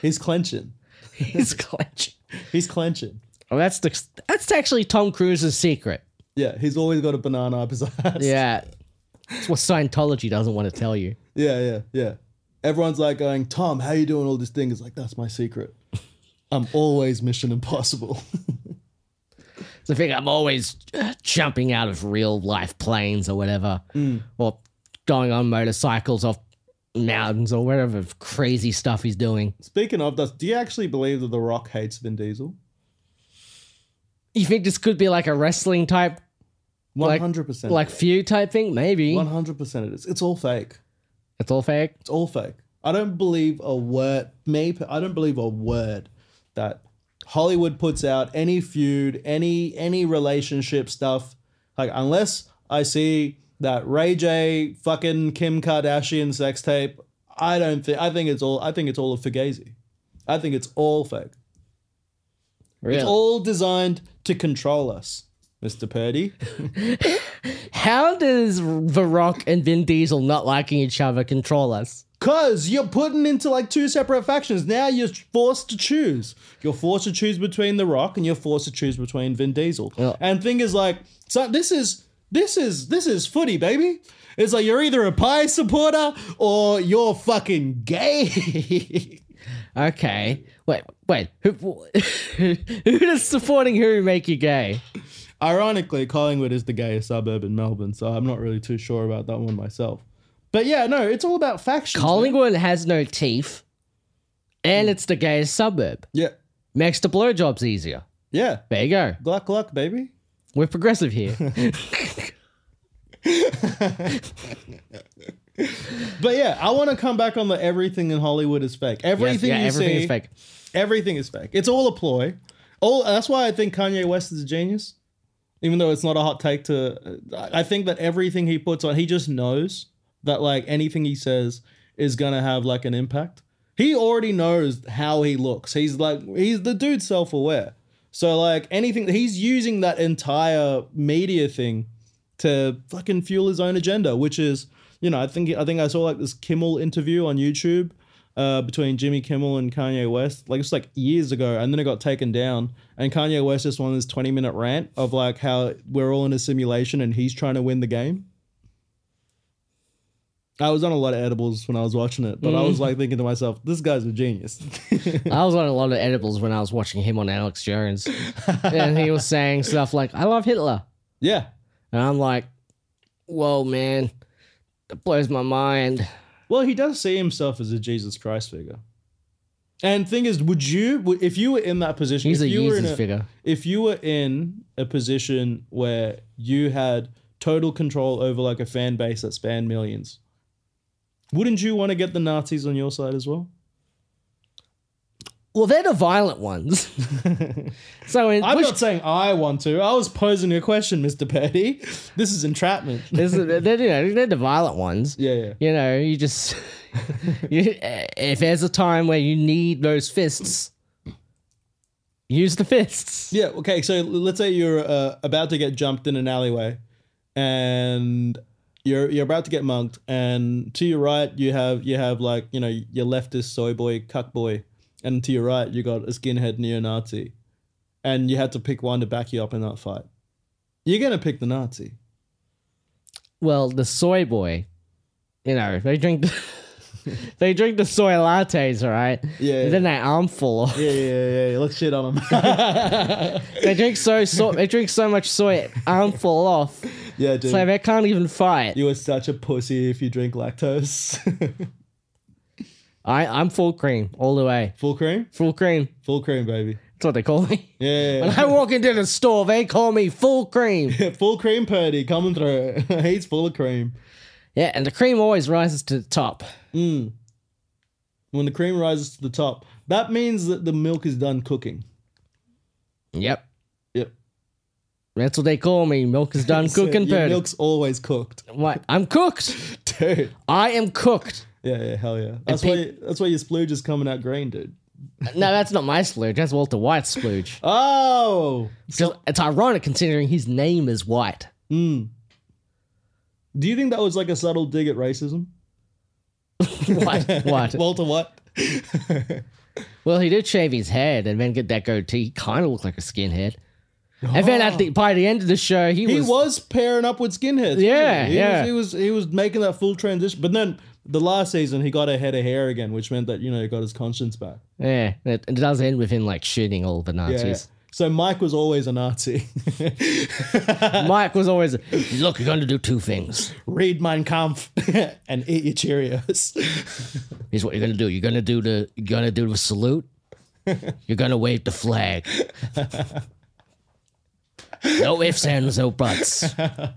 He's clenching. he's clutching. He's clenching. Oh, that's the that's actually Tom Cruise's secret. Yeah, he's always got a banana up his ass. Yeah. That's what Scientology doesn't want to tell you. yeah, yeah, yeah. Everyone's like going, Tom, how you doing all this thing? It's like that's my secret. I'm always Mission Impossible. It's the thing I'm always uh, jumping out of real life planes or whatever, Mm. or going on motorcycles off mountains or whatever crazy stuff he's doing. Speaking of that, do you actually believe that The Rock hates Vin Diesel? You think this could be like a wrestling type, One Like- hundred percent. like feud type thing? Maybe. one hundred percent, it is. It's all fake. It's all fake. It's all fake. I don't believe a word. Me, I don't believe a word that Hollywood puts out. Any feud, any any relationship stuff. Like unless I see that Ray J fucking Kim Kardashian sex tape, I don't think. I think it's all. I think it's all a fugazi. I think it's all fake. Really? It's all designed to control us, Mr. Purdy. How does The Rock and Vin Diesel not liking each other control us? Cause you're putting into like two separate factions. Now you're forced to choose. You're forced to choose between The Rock and you're forced to choose between Vin Diesel. Yeah. And thing is like, so this is this is this is footy, baby. It's like you're either a pie supporter or you're fucking gay. Okay. Wait, wait. Who, who does supporting who make you gay? Ironically, Collingwood is the gayest suburb in Melbourne, so I'm not really too sure about that one myself. But yeah, no, it's all about factions. man. Collingwood has no teeth, and it's the gayest suburb. Yeah. Makes the blowjobs easier. Yeah. There you go. Gluck gluck, baby. We're progressive here. But yeah, I want to come back on the everything in Hollywood is fake. Everything yeah, you everything see, is fake. Everything is fake. It's all a ploy. All that's why I think Kanye West is a genius. Even though it's not a hot take to, I I think that everything he puts on, he just knows that like anything he says is gonna have like an impact. He already knows how he looks. He's like he's the dude self aware. So like anything, he's using that entire media thing to fucking fuel his own agenda, which is, you know, I think I think I saw like this Kimmel interview on YouTube uh, between Jimmy Kimmel and Kanye West, like it's like years ago, and then it got taken down. And Kanye West just won this twenty minute rant of like how we're all in a simulation and he's trying to win the game. I was on a lot of edibles when I was watching it, but I was like thinking to myself, this guy's a genius. I was on a lot of edibles when I was watching him on Alex Jones, and he was saying stuff like, "I love Hitler," yeah, and I'm like, "Whoa, man, that blows my mind." Well, he does see himself as a Jesus Christ figure. And thing is, would you, would- if you were in that position, He's if a you were in Jesus figure. if you were in a position where you had total control over like a fan base that spanned millions, wouldn't you want to get the Nazis on your side as well? Well, they're the violent ones. so in, I'm which, not saying I want to. I was posing a question, Mr. Petty. This is entrapment. this is- they're, you know, they're the violent ones. yeah, yeah. you know, you just you, if there's a time where you need those fists, Use the fists. Yeah. Okay. So let's say you're uh, about to get jumped in an alleyway, and you're you're about to get mugged, and to your right you have you have like you know your left is soy boy cuck boy, and to your right you got a skinhead neo Nazi, and you had to pick one to back you up in that fight. You're gonna pick the Nazi. Well, the soy boy, you know, they drink they drink the soy lattes, all right? Yeah. And then they armful. of Yeah, yeah, yeah. yeah. Let's shit on him. They drink so, so they drink so much soy armful off. yeah, dude. So they can't even fight. you are such a pussy if you drink lactose. I I'm full cream all the way. Full cream, Full cream. full cream, baby. That's what they call me. Yeah, When I walk into the store, they call me full cream. yeah. full cream Purdy coming through. He's full of cream. Yeah, and the cream always rises to the top. When the cream rises to the top, that means that the milk is done cooking. Yep. Yep. That's what they call me. Milk is done So cooking. Your Purdy. milk's always cooked, Why- I'm cooked. dude. I am cooked. Yeah, yeah, hell yeah. That's why. That's why your splooge is coming out green, dude. No, that's not my splooge. That's Walter White's splooge. Oh, Just- it's ironic considering his name is White. do you think that was like a subtle dig at racism? White. White. Well, Walter White. he did shave his head and then get that goatee. He kind of looked like a skinhead. And then at the, by the end of the show, he, Oh. He was, was pairing up with skinheads. Yeah, wasn't he? He yeah. Was, he was he was making that full transition. But then the last season he got a head of hair again, which meant that you know he got his conscience back. Yeah, it, it does end with him like shooting all the Yeah. Nazis. So Mike was always a Nazi. Mike was always, look, you're going to do two things. Read Mein Kampf and eat your Cheerios. Here's what you're going to do. You're going to do the, you're going to do the salute. You're going to wave the flag. no ifs, ands, no buts. I,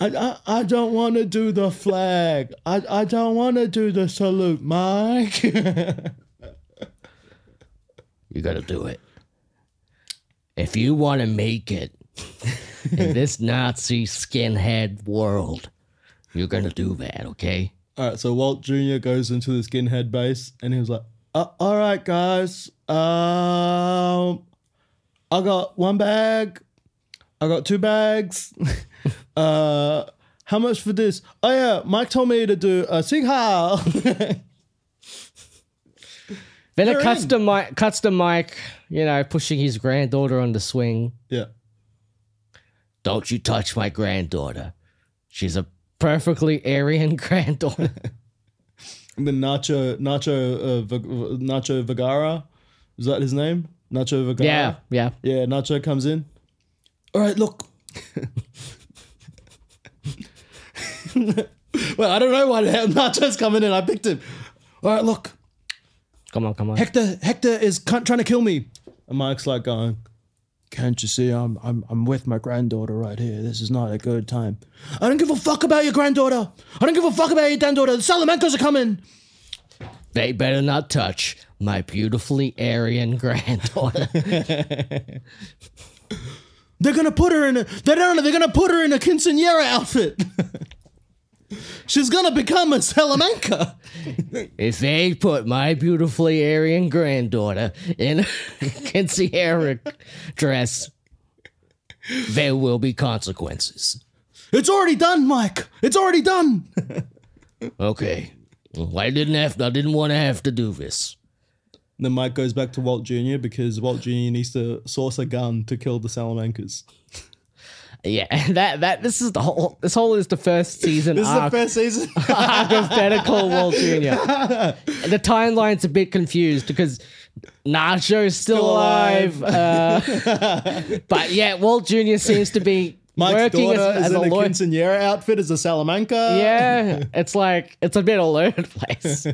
I, I don't want to do the flag. I, I don't want to do the salute, Mike. You gotta do it. If you wanna make it in this Nazi skinhead world, you're gonna do that, okay? All right, so Walt Jr. goes into the skinhead base and he was like, uh, all right, guys, um, I got one bag, I got two bags. uh, how much for this? Oh, yeah, Mike told me to do a sig heil. Then You're it cuts to Mike cuts to Mike, you know, pushing his granddaughter on the swing. yeah. Don't you touch my granddaughter. She's a perfectly Aryan granddaughter. And then Nacho, Nacho, uh, Vig- Nacho Vergara, is that his name? Nacho Vergara? yeah, yeah. Yeah, Nacho comes in. All right, look. well, I don't know why the hell Nacho's coming in. I picked him. All right, look. Come on, come on. Hector, Hector is cunt trying to kill me. And Mike's like going, "Can't you see? I'm, I'm, I'm with my granddaughter right here. This is not a good time. I don't give a fuck about your granddaughter. I don't give a fuck about your granddaughter. The Salamancas are coming." They better not touch my beautifully Aryan granddaughter. They're gonna put her in a. They don't. know, They're gonna put her in a quinceanera outfit. She's gonna become a Salamanca. If they put my beautifully Aryan granddaughter in a Kinsiera dress, there will be consequences. It's already done, Mike. It's already done. Okay. Well, I didn't have I didn't want to have to do this. Then Mike goes back to Walt Junior because Walt Junior needs to source a gun to kill the Salamancas. Yeah, and that that this is the whole this whole is the first season This arc, is the first season. arc of Better Call Walt Jr. the timeline's a bit confused because Nacho's still, Still alive. uh, but yeah, Walt Jr. seems to be Mike's working daughter as, as is a in a, lawyer. quinceanera outfit as a Salamanca. yeah, it's like it's a bit all over the place,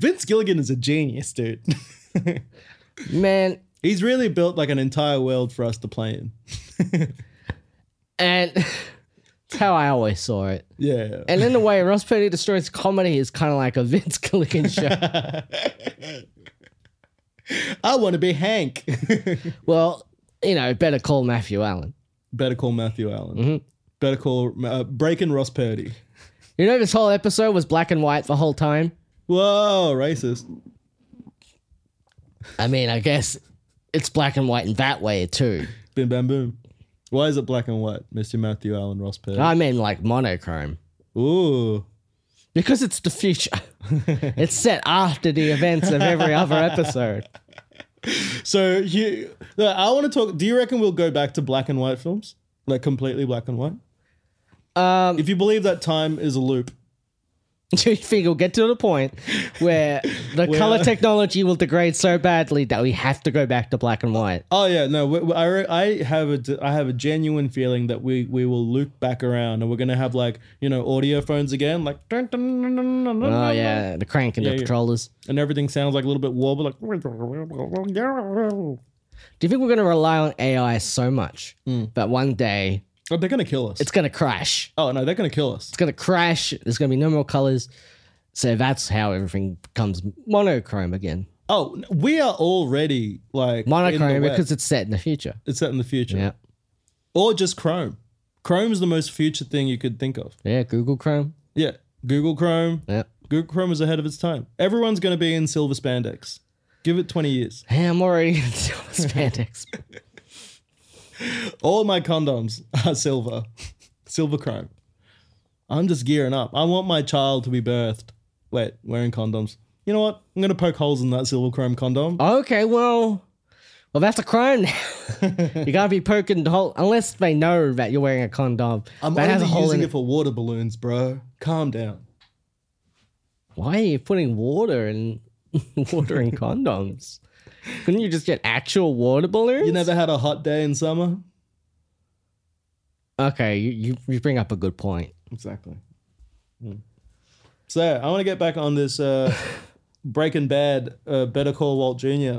Vince Gilligan is a genius, dude. man. He's really built like an entire world for us to play in. And it's how I always saw it. Yeah. And in a way, Ross Purdy destroys comedy is kind of like a Vince Gilligan show. I want to be Hank. well, you know, better call Matthew Allen. Better call Matthew Allen. Mm-hmm. Better call uh, Breaking Ross Purdy. You know, this whole episode was black and white the whole time. Whoa, racist. I mean, I guess it's black and white in that way too. Bim bam boom. Why is it black and white, Mr. Matthew Allen Ross Perot? I mean, like monochrome Ooh. because it's the future. it's set after the events of every other episode. So you, look, I want to talk. Do you reckon we'll go back to black and white films, like completely black and white? Um, if you believe that time is a loop, Do you think we'll get to the point where the color technology will degrade so badly that we have to go back to black and white? oh yeah, no, we- we- I, re- I have a, d- I have a genuine feeling that we we will loop back around and we're gonna have like you know audio phones again, like dun, dun, dun, dun, dun, Oh dun, dun, yeah, the crank and Yeah, the yeah. controllers. and everything sounds like a little bit warbled, like Do you think we're going to rely on AI so much Hmm. that one day oh, they're gonna kill us. it's going to crash? oh no, they're gonna kill us. It's going to crash. There's going to be no more colors. So that's how everything becomes monochrome again. Oh, n- we are already like in the Monochrome web. because it's set in the future. it's set in the future, Yeah. or just Chrome. Chrome's the most future thing you could think of. Yeah, Google Chrome. Yeah, Google Chrome. Yeah. Google Chrome is ahead of its time. Everyone's going to be in silver spandex. Give it 20 years. Hey, I'm already in silver spandex. All my condoms are silver. Silver Chrome. I'm just gearing up. I want my child to be birthed. Wait, wearing condoms. You know what? I'm going to poke holes in that silver chrome condom. Okay, well, well, that's a crime now. you gotta be poking the hole unless they know that you're wearing a condom. I'm that has a only hole using in it for water balloons, bro. Calm down. Why are you putting water in water in condoms? Couldn't you just get actual water balloons? You never had a hot day in summer? Okay, you, you, you bring up a good point. Exactly. Mm. So I want to get back on this uh, Breaking Bad, uh, Better Call Walt Jr.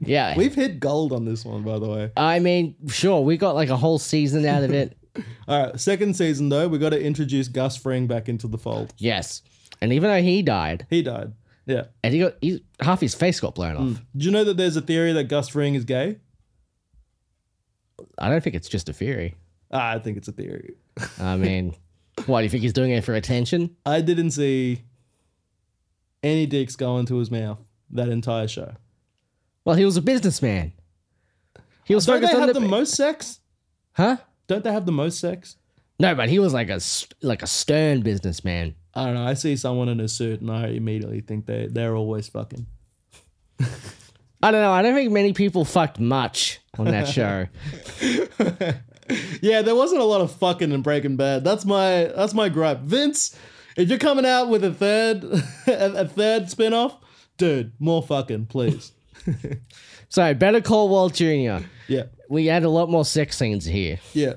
Yeah. We've hit gold on this one, by the way. I mean, sure, we got like a whole season out of it. All right, second season though, we got to introduce Gus Fring back into the fold. yes. And even though he died, He died. Yeah. and he got he, half his face got blown off. Do you know that there's a theory that Gus Fring is gay? I don't think it's just a theory. Ah, I think it's a theory. I mean, why do you think he's doing it for attention? I didn't see any dicks go into his mouth that entire show. Well, he was a businessman. He was Don't they focused on have the, the, most sex? huh? Don't they have the most sex? No, but he was like a s- like a stern businessman. I don't know. I see someone in a suit and I immediately think they they're always fucking. I don't know. I don't think many people fucked much on that show. Yeah, there wasn't a lot of fucking in Breaking Bad. That's my that's my gripe. Vince, if you're coming out with a third a, a third spin-off, dude, more fucking, please. so, Better Call Walt Jr. Yeah. We had a lot more sex scenes here. Yeah.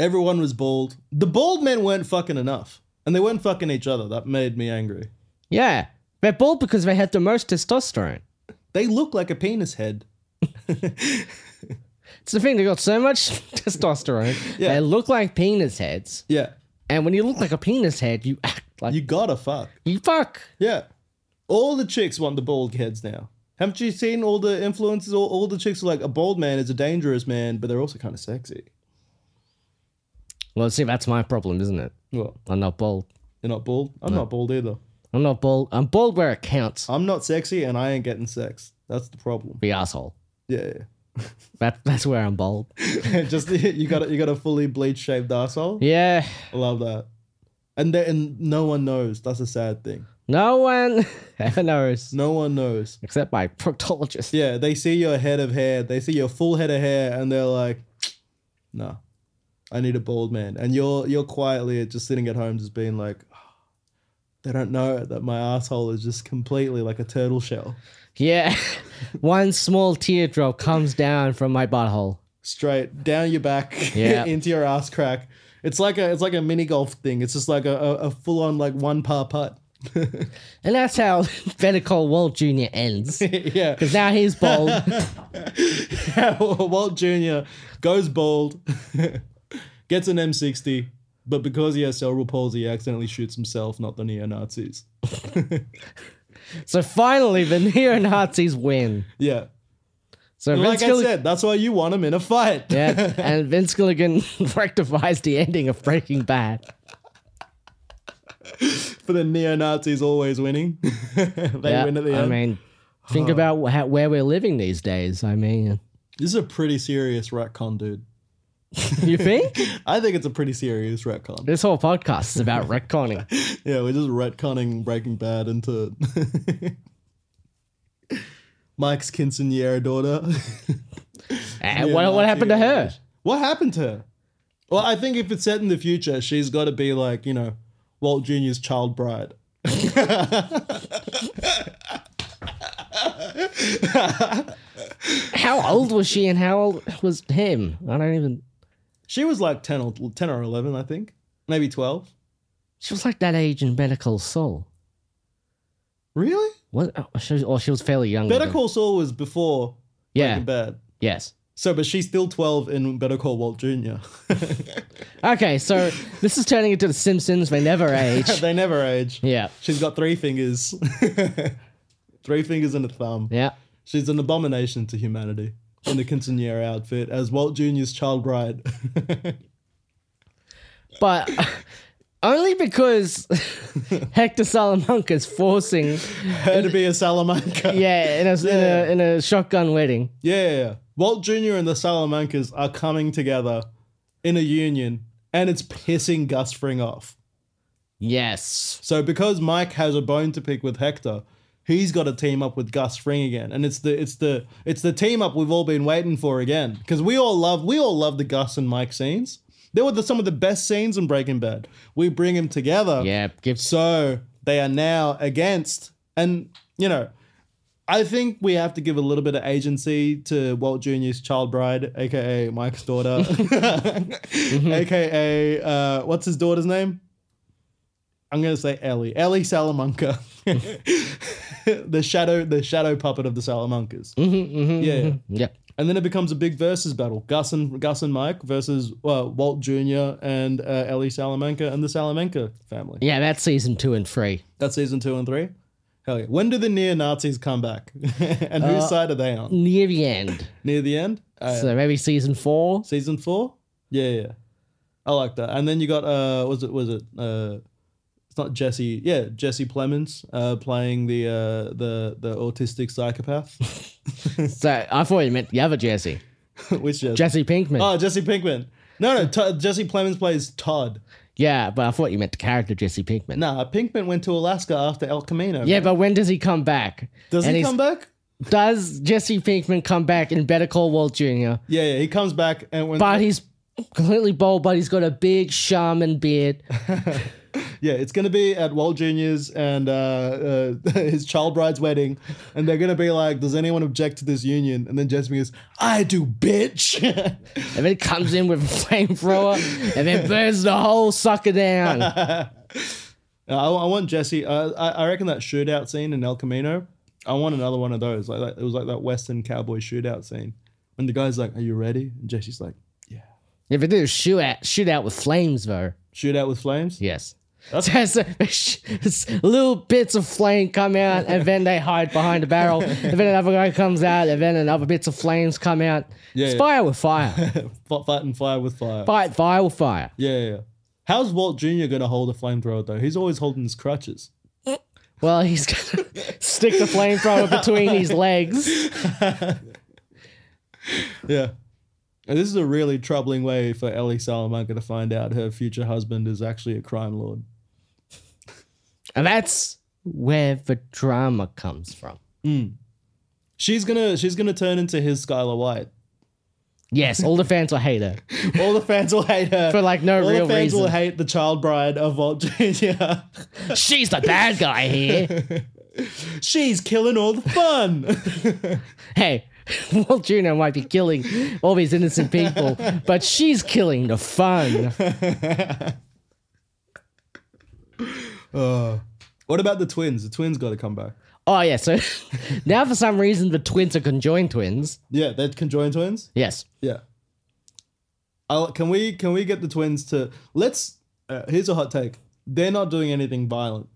Everyone was bald. The bald men weren't fucking enough. And they weren't fucking each other. That made me angry. Yeah, they're bald because they had the most testosterone. They look like a penis head. It's the thing. They got so much testosterone. Yeah. They look like penis heads. Yeah. And when you look like a penis head, you act like You you, gotta fuck. fuck. Yeah. All the chicks want the bald heads now. Haven't you seen all the influences? All, all the chicks are like, a bald man is a dangerous man, but they're also kind of sexy. Well, see, that's my problem, isn't it? Well, I'm not bald. you're not bald? I'm not bald either. I'm not bald. I'm bald where it counts. I'm not sexy and I ain't getting sex. That's the problem. The asshole. Yeah. yeah. That that's where I'm bald. Just you got you got a fully bleach shaved arsehole. Yeah. I love that. And then and no one knows. That's a sad thing. No one ever knows No one knows. except my proctologist. Yeah, they see your head of hair, they see your full head of hair, and they're like, "No, I need a bald man." And you're you're quietly just sitting at home, just being like, "They don't know that my asshole is just completely like a turtle shell, Yeah. one small teardrop comes down from my butthole. straight down your back, Yeah. into your ass crack. It's like a it's like a mini golf thing. It's just like a, a, a full on like one par putt. And that's how Better Call Walt Jr. ends. yeah, Because now he's bald. Walt Jr. goes bald, gets an M60, but because he has cerebral palsy, he accidentally shoots himself, not the neo Nazis. so finally, the neo Nazis win. Yeah. So Like Vince Gilligan. I said, that's why you want him in a fight. yeah, and Vince Gilligan rectifies the ending of Breaking Bad. For the neo Nazis always winning. they yeah, win at the I end. Oh. mean, Think about how, where we're living these days. I mean, This is a pretty serious retcon, dude. you think I think it's a pretty serious retcon. this whole podcast is about retconning? Yeah, we're just retconning Breaking Bad into Mike's quinceanera daughter. And what, what happened to her? What happened to her? Well, I think if it's set in the future, she's got to be like, you know, Walt Jr.'s child bride. How old was she and how old was him? I don't even. She was like 10 or, 10 or 11, I think. Maybe 12. She was like that age in Better Call Saul. Really? What? oh, she was- Or she was fairly young. Better then. Call Saul was before Yeah. Breaking Bad. Yes. So, but she's still 12 in Better Call Walt Jr. Okay, so this is turning into The Simpsons. They never age. they never age. Yeah. She's got three fingers. three fingers and a thumb. Yeah. She's an abomination to humanity in the quinceanera outfit as Walt Jr.'s child bride. But only because Hector Salamanca's forcing, Her to be a Salamanca. yeah, in a, Yeah. In, a, in a shotgun wedding. Yeah, yeah, yeah. Walt Jr. and the Salamancas are coming together in a union and it's pissing Gus Fring off. Yes. So because Mike has a bone to pick with Hector, he's got to team up with Gus Fring again, and it's the it's the it's the team up we've all been waiting for again. Because we all love we all love the Gus and Mike scenes. They were the, some of the best scenes in Breaking Bad. We bring them together. Yeah. Give, So they are now against, and you know, I think we have to give a little bit of agency to Walt Jr.'s child bride, aka Mike's daughter, aka uh, what's his daughter's name? I'm gonna say Ellie, Ellie Salamanca, the shadow, the shadow puppet of the Salamancas. yeah, yeah. yep. and then it becomes a big versus battle: Gus and Gus and Mike versus uh, Walt Jr. and uh, Ellie Salamanca and the Salamanca family. Yeah, that's season two and three. That's season two and three. Hell yeah. When do the neo Nazis come back? and Uh, whose side are they on? Near the end. Near the end? Uh, So maybe season four. season four? Yeah, yeah. I like that. And then you got uh was it was it uh it's not Jesse yeah, Jesse Plemons uh playing the uh the the autistic psychopath. So I thought you meant the other Jesse. Which Jesse? Jesse Pinkman. Oh Jesse Pinkman. No no T- Jesse Plemons plays Todd. yeah, but I thought you meant the character Jesse Pinkman. Nah, Pinkman went to Alaska after El Camino. Yeah, but when does he come back? Does And he he's- come back? Does Jesse Pinkman come back in Better Call Walt Jr.? Yeah, yeah, he comes back and when But he's completely bald, but he's got a big shaman beard. Yeah, it's gonna be at Walt Jr.'s and uh, uh, his child bride's wedding, and they're gonna be like, "Does anyone object to this union?" And then Jesse goes, "I do, bitch." And then comes in with a flamethrower and then burns the whole sucker down. I, I want Jesse. Uh, I, I reckon that shootout scene in El Camino. I want another one of those. Like that, it was like that Western cowboy shootout scene, and the guy's like, "Are you ready?" And Jesse's like, If it did a shootout, shootout with flames, though. "Shootout with flames." Yes. That's- That's little bits of flame come out and then they hide behind a barrel. And then another guy comes out and then another bits of flames come out. Yeah, it's yeah. fire with fire. F- fighting fire with fire. Fight fire with fire. yeah, yeah, yeah. How's Walt Jr. gonna hold a flamethrower though? He's always holding his crutches. Well, he's gonna stick the flamethrower between his legs. Yeah. And this is a really troubling way for Ellie Salamanca to find out her future husband is actually a crime lord. And that's where the drama comes from. She's gonna she's gonna turn into his Skylar White. Yes, all the fans will hate her. All the fans will hate her. For, like, no All real the fans will reason. hate the child bride of Walt Jr. She's the bad guy here. She's killing all the fun. Hey, Walt Jr. might be killing all these innocent people, but she's killing the fun. what about the twins? The twins gotta come back. Oh yeah, so now for some reason the twins are conjoined twins. Yeah, they're conjoined twins? Yes. Yeah. I'll, can we can we get the twins to let's uh, here's a hot take. They're not doing anything violent.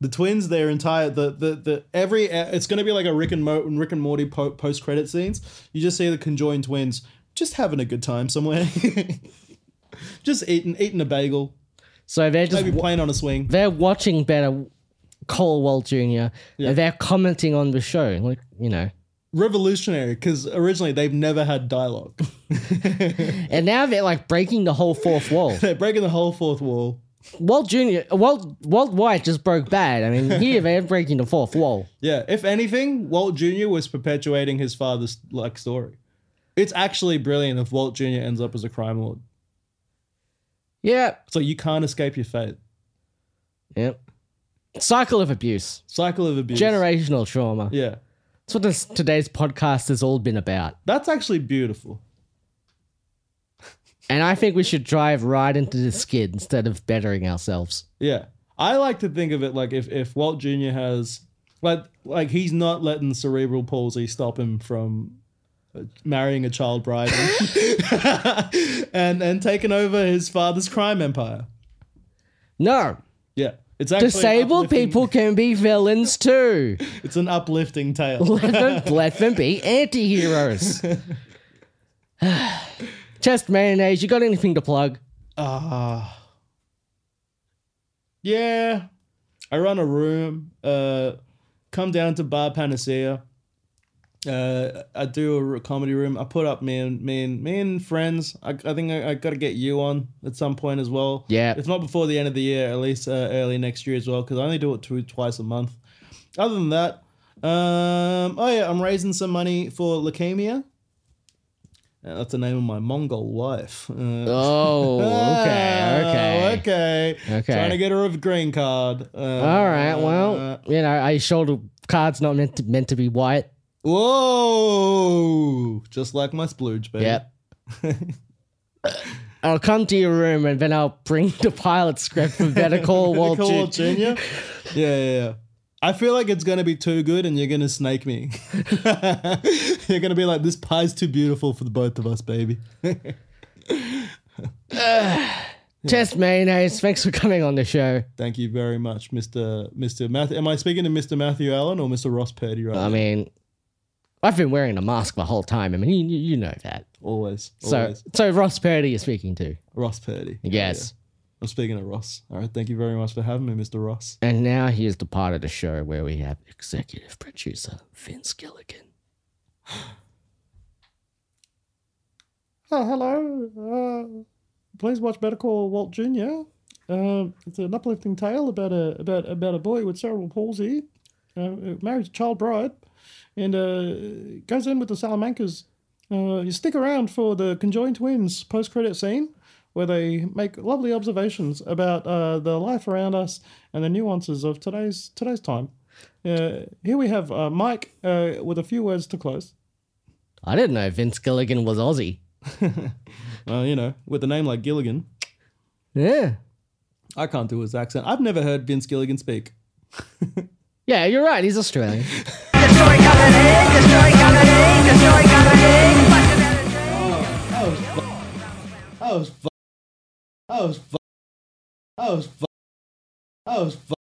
The twins, their entire the the the every uh, it's going to be like a Rick and Mo, Rick and Morty po- post credit scenes. You just see the conjoined twins just having a good time somewhere. just eating eating a bagel, So they're just maybe playing on a swing. they're watching better Colwell Jr. Yeah. and they're commenting on the show. Like, you know. Revolutionary, because originally they've never had dialogue. And now they're like breaking the whole fourth wall. They're breaking the whole fourth wall. Walt Jr. Walt Walt White just broke bad. I mean, here they're breaking the fourth wall. Yeah, if anything, Walt Jr. was perpetuating his father's like story. It's actually brilliant if Walt Jr. ends up as a crime lord. Yeah. It's like you can't escape your fate. Yep. Cycle of abuse. Cycle of abuse. Generational trauma. Yeah. That's what this today's podcast has all been about. That's actually beautiful. And I think we should drive right into the skid instead of bettering ourselves. Yeah. I like to think of it like if, if Walt Jr. has like like he's not letting cerebral palsy stop him from uh, marrying a child bride and- and and taking over his father's crime empire. No. Yeah. It's actually an Disabled uplifting- people can be villains too. It's an uplifting tale. Let them, let them be anti heroes. Chest mayonnaise, you got anything to plug? Yeah. I run a room. Uh, come down to Bar Panacea. Uh, I do a r- comedy room. I put up me and me and me and friends. I, I think I, I got to get you on at some point as well. Yeah. If not before the end of the year, at least uh, early next year as well, because I only do it two twice a month. Other than that, um, oh yeah, I'm raising some money for leukemia. Uh, that's the name of my Mongol wife. Uh, Oh, okay, okay. Oh, okay, Oh, Okay. Trying to get her a green card. Uh, All right, well, you know, I shoulder card's not meant to, meant to be white. whoa! Just like my splooge, baby. Yep. I'll come to your room and then I'll bring the pilot script for Better Call Walt Walt cool Jr. Junior. yeah, yeah, yeah. I feel like it's gonna be too good, and you're gonna snake me. you're gonna be like, "This pie's too beautiful for the both of us, baby." Chest mayonnaise, thanks for coming on the show. Thank you very much, Mister Mister Matthew. Am I speaking to Mister Matthew Allen or Mister Ross Purdy? Right, I now? mean, I've been wearing a mask the whole time. I mean, you, you know that. always, So, always so Ross Purdy you're speaking to. Ross Purdy. Yeah, yeah. Yes. I'm speaking of Ross. All right, thank you very much for having me, Mister Ross. And now here's the part of the show where we have executive producer Vince Gilligan. Oh, hello. Uh, please watch Better Call Walt Jr. Um, it's an uplifting tale about a about about a boy with cerebral palsy, uh, who marries a child bride, and uh, goes in with the Salamancas. Uh, you stick around for the conjoined twins post credit scene, where they make lovely observations about uh, the life around us and the nuances of today's today's time. Uh, here we have uh, Mike uh, with a few words to close. I didn't know Vince Gilligan was Aussie. Uh, you know, with a name like Gilligan. Yeah. I can't do his accent. I've never heard Vince Gilligan speak. Yeah, you're right. He's Australian. Destroy comedy, destroy comedy, destroy comedy. Fuck the better dream. Oh, was fu- I was fu- I was fu- I was fu-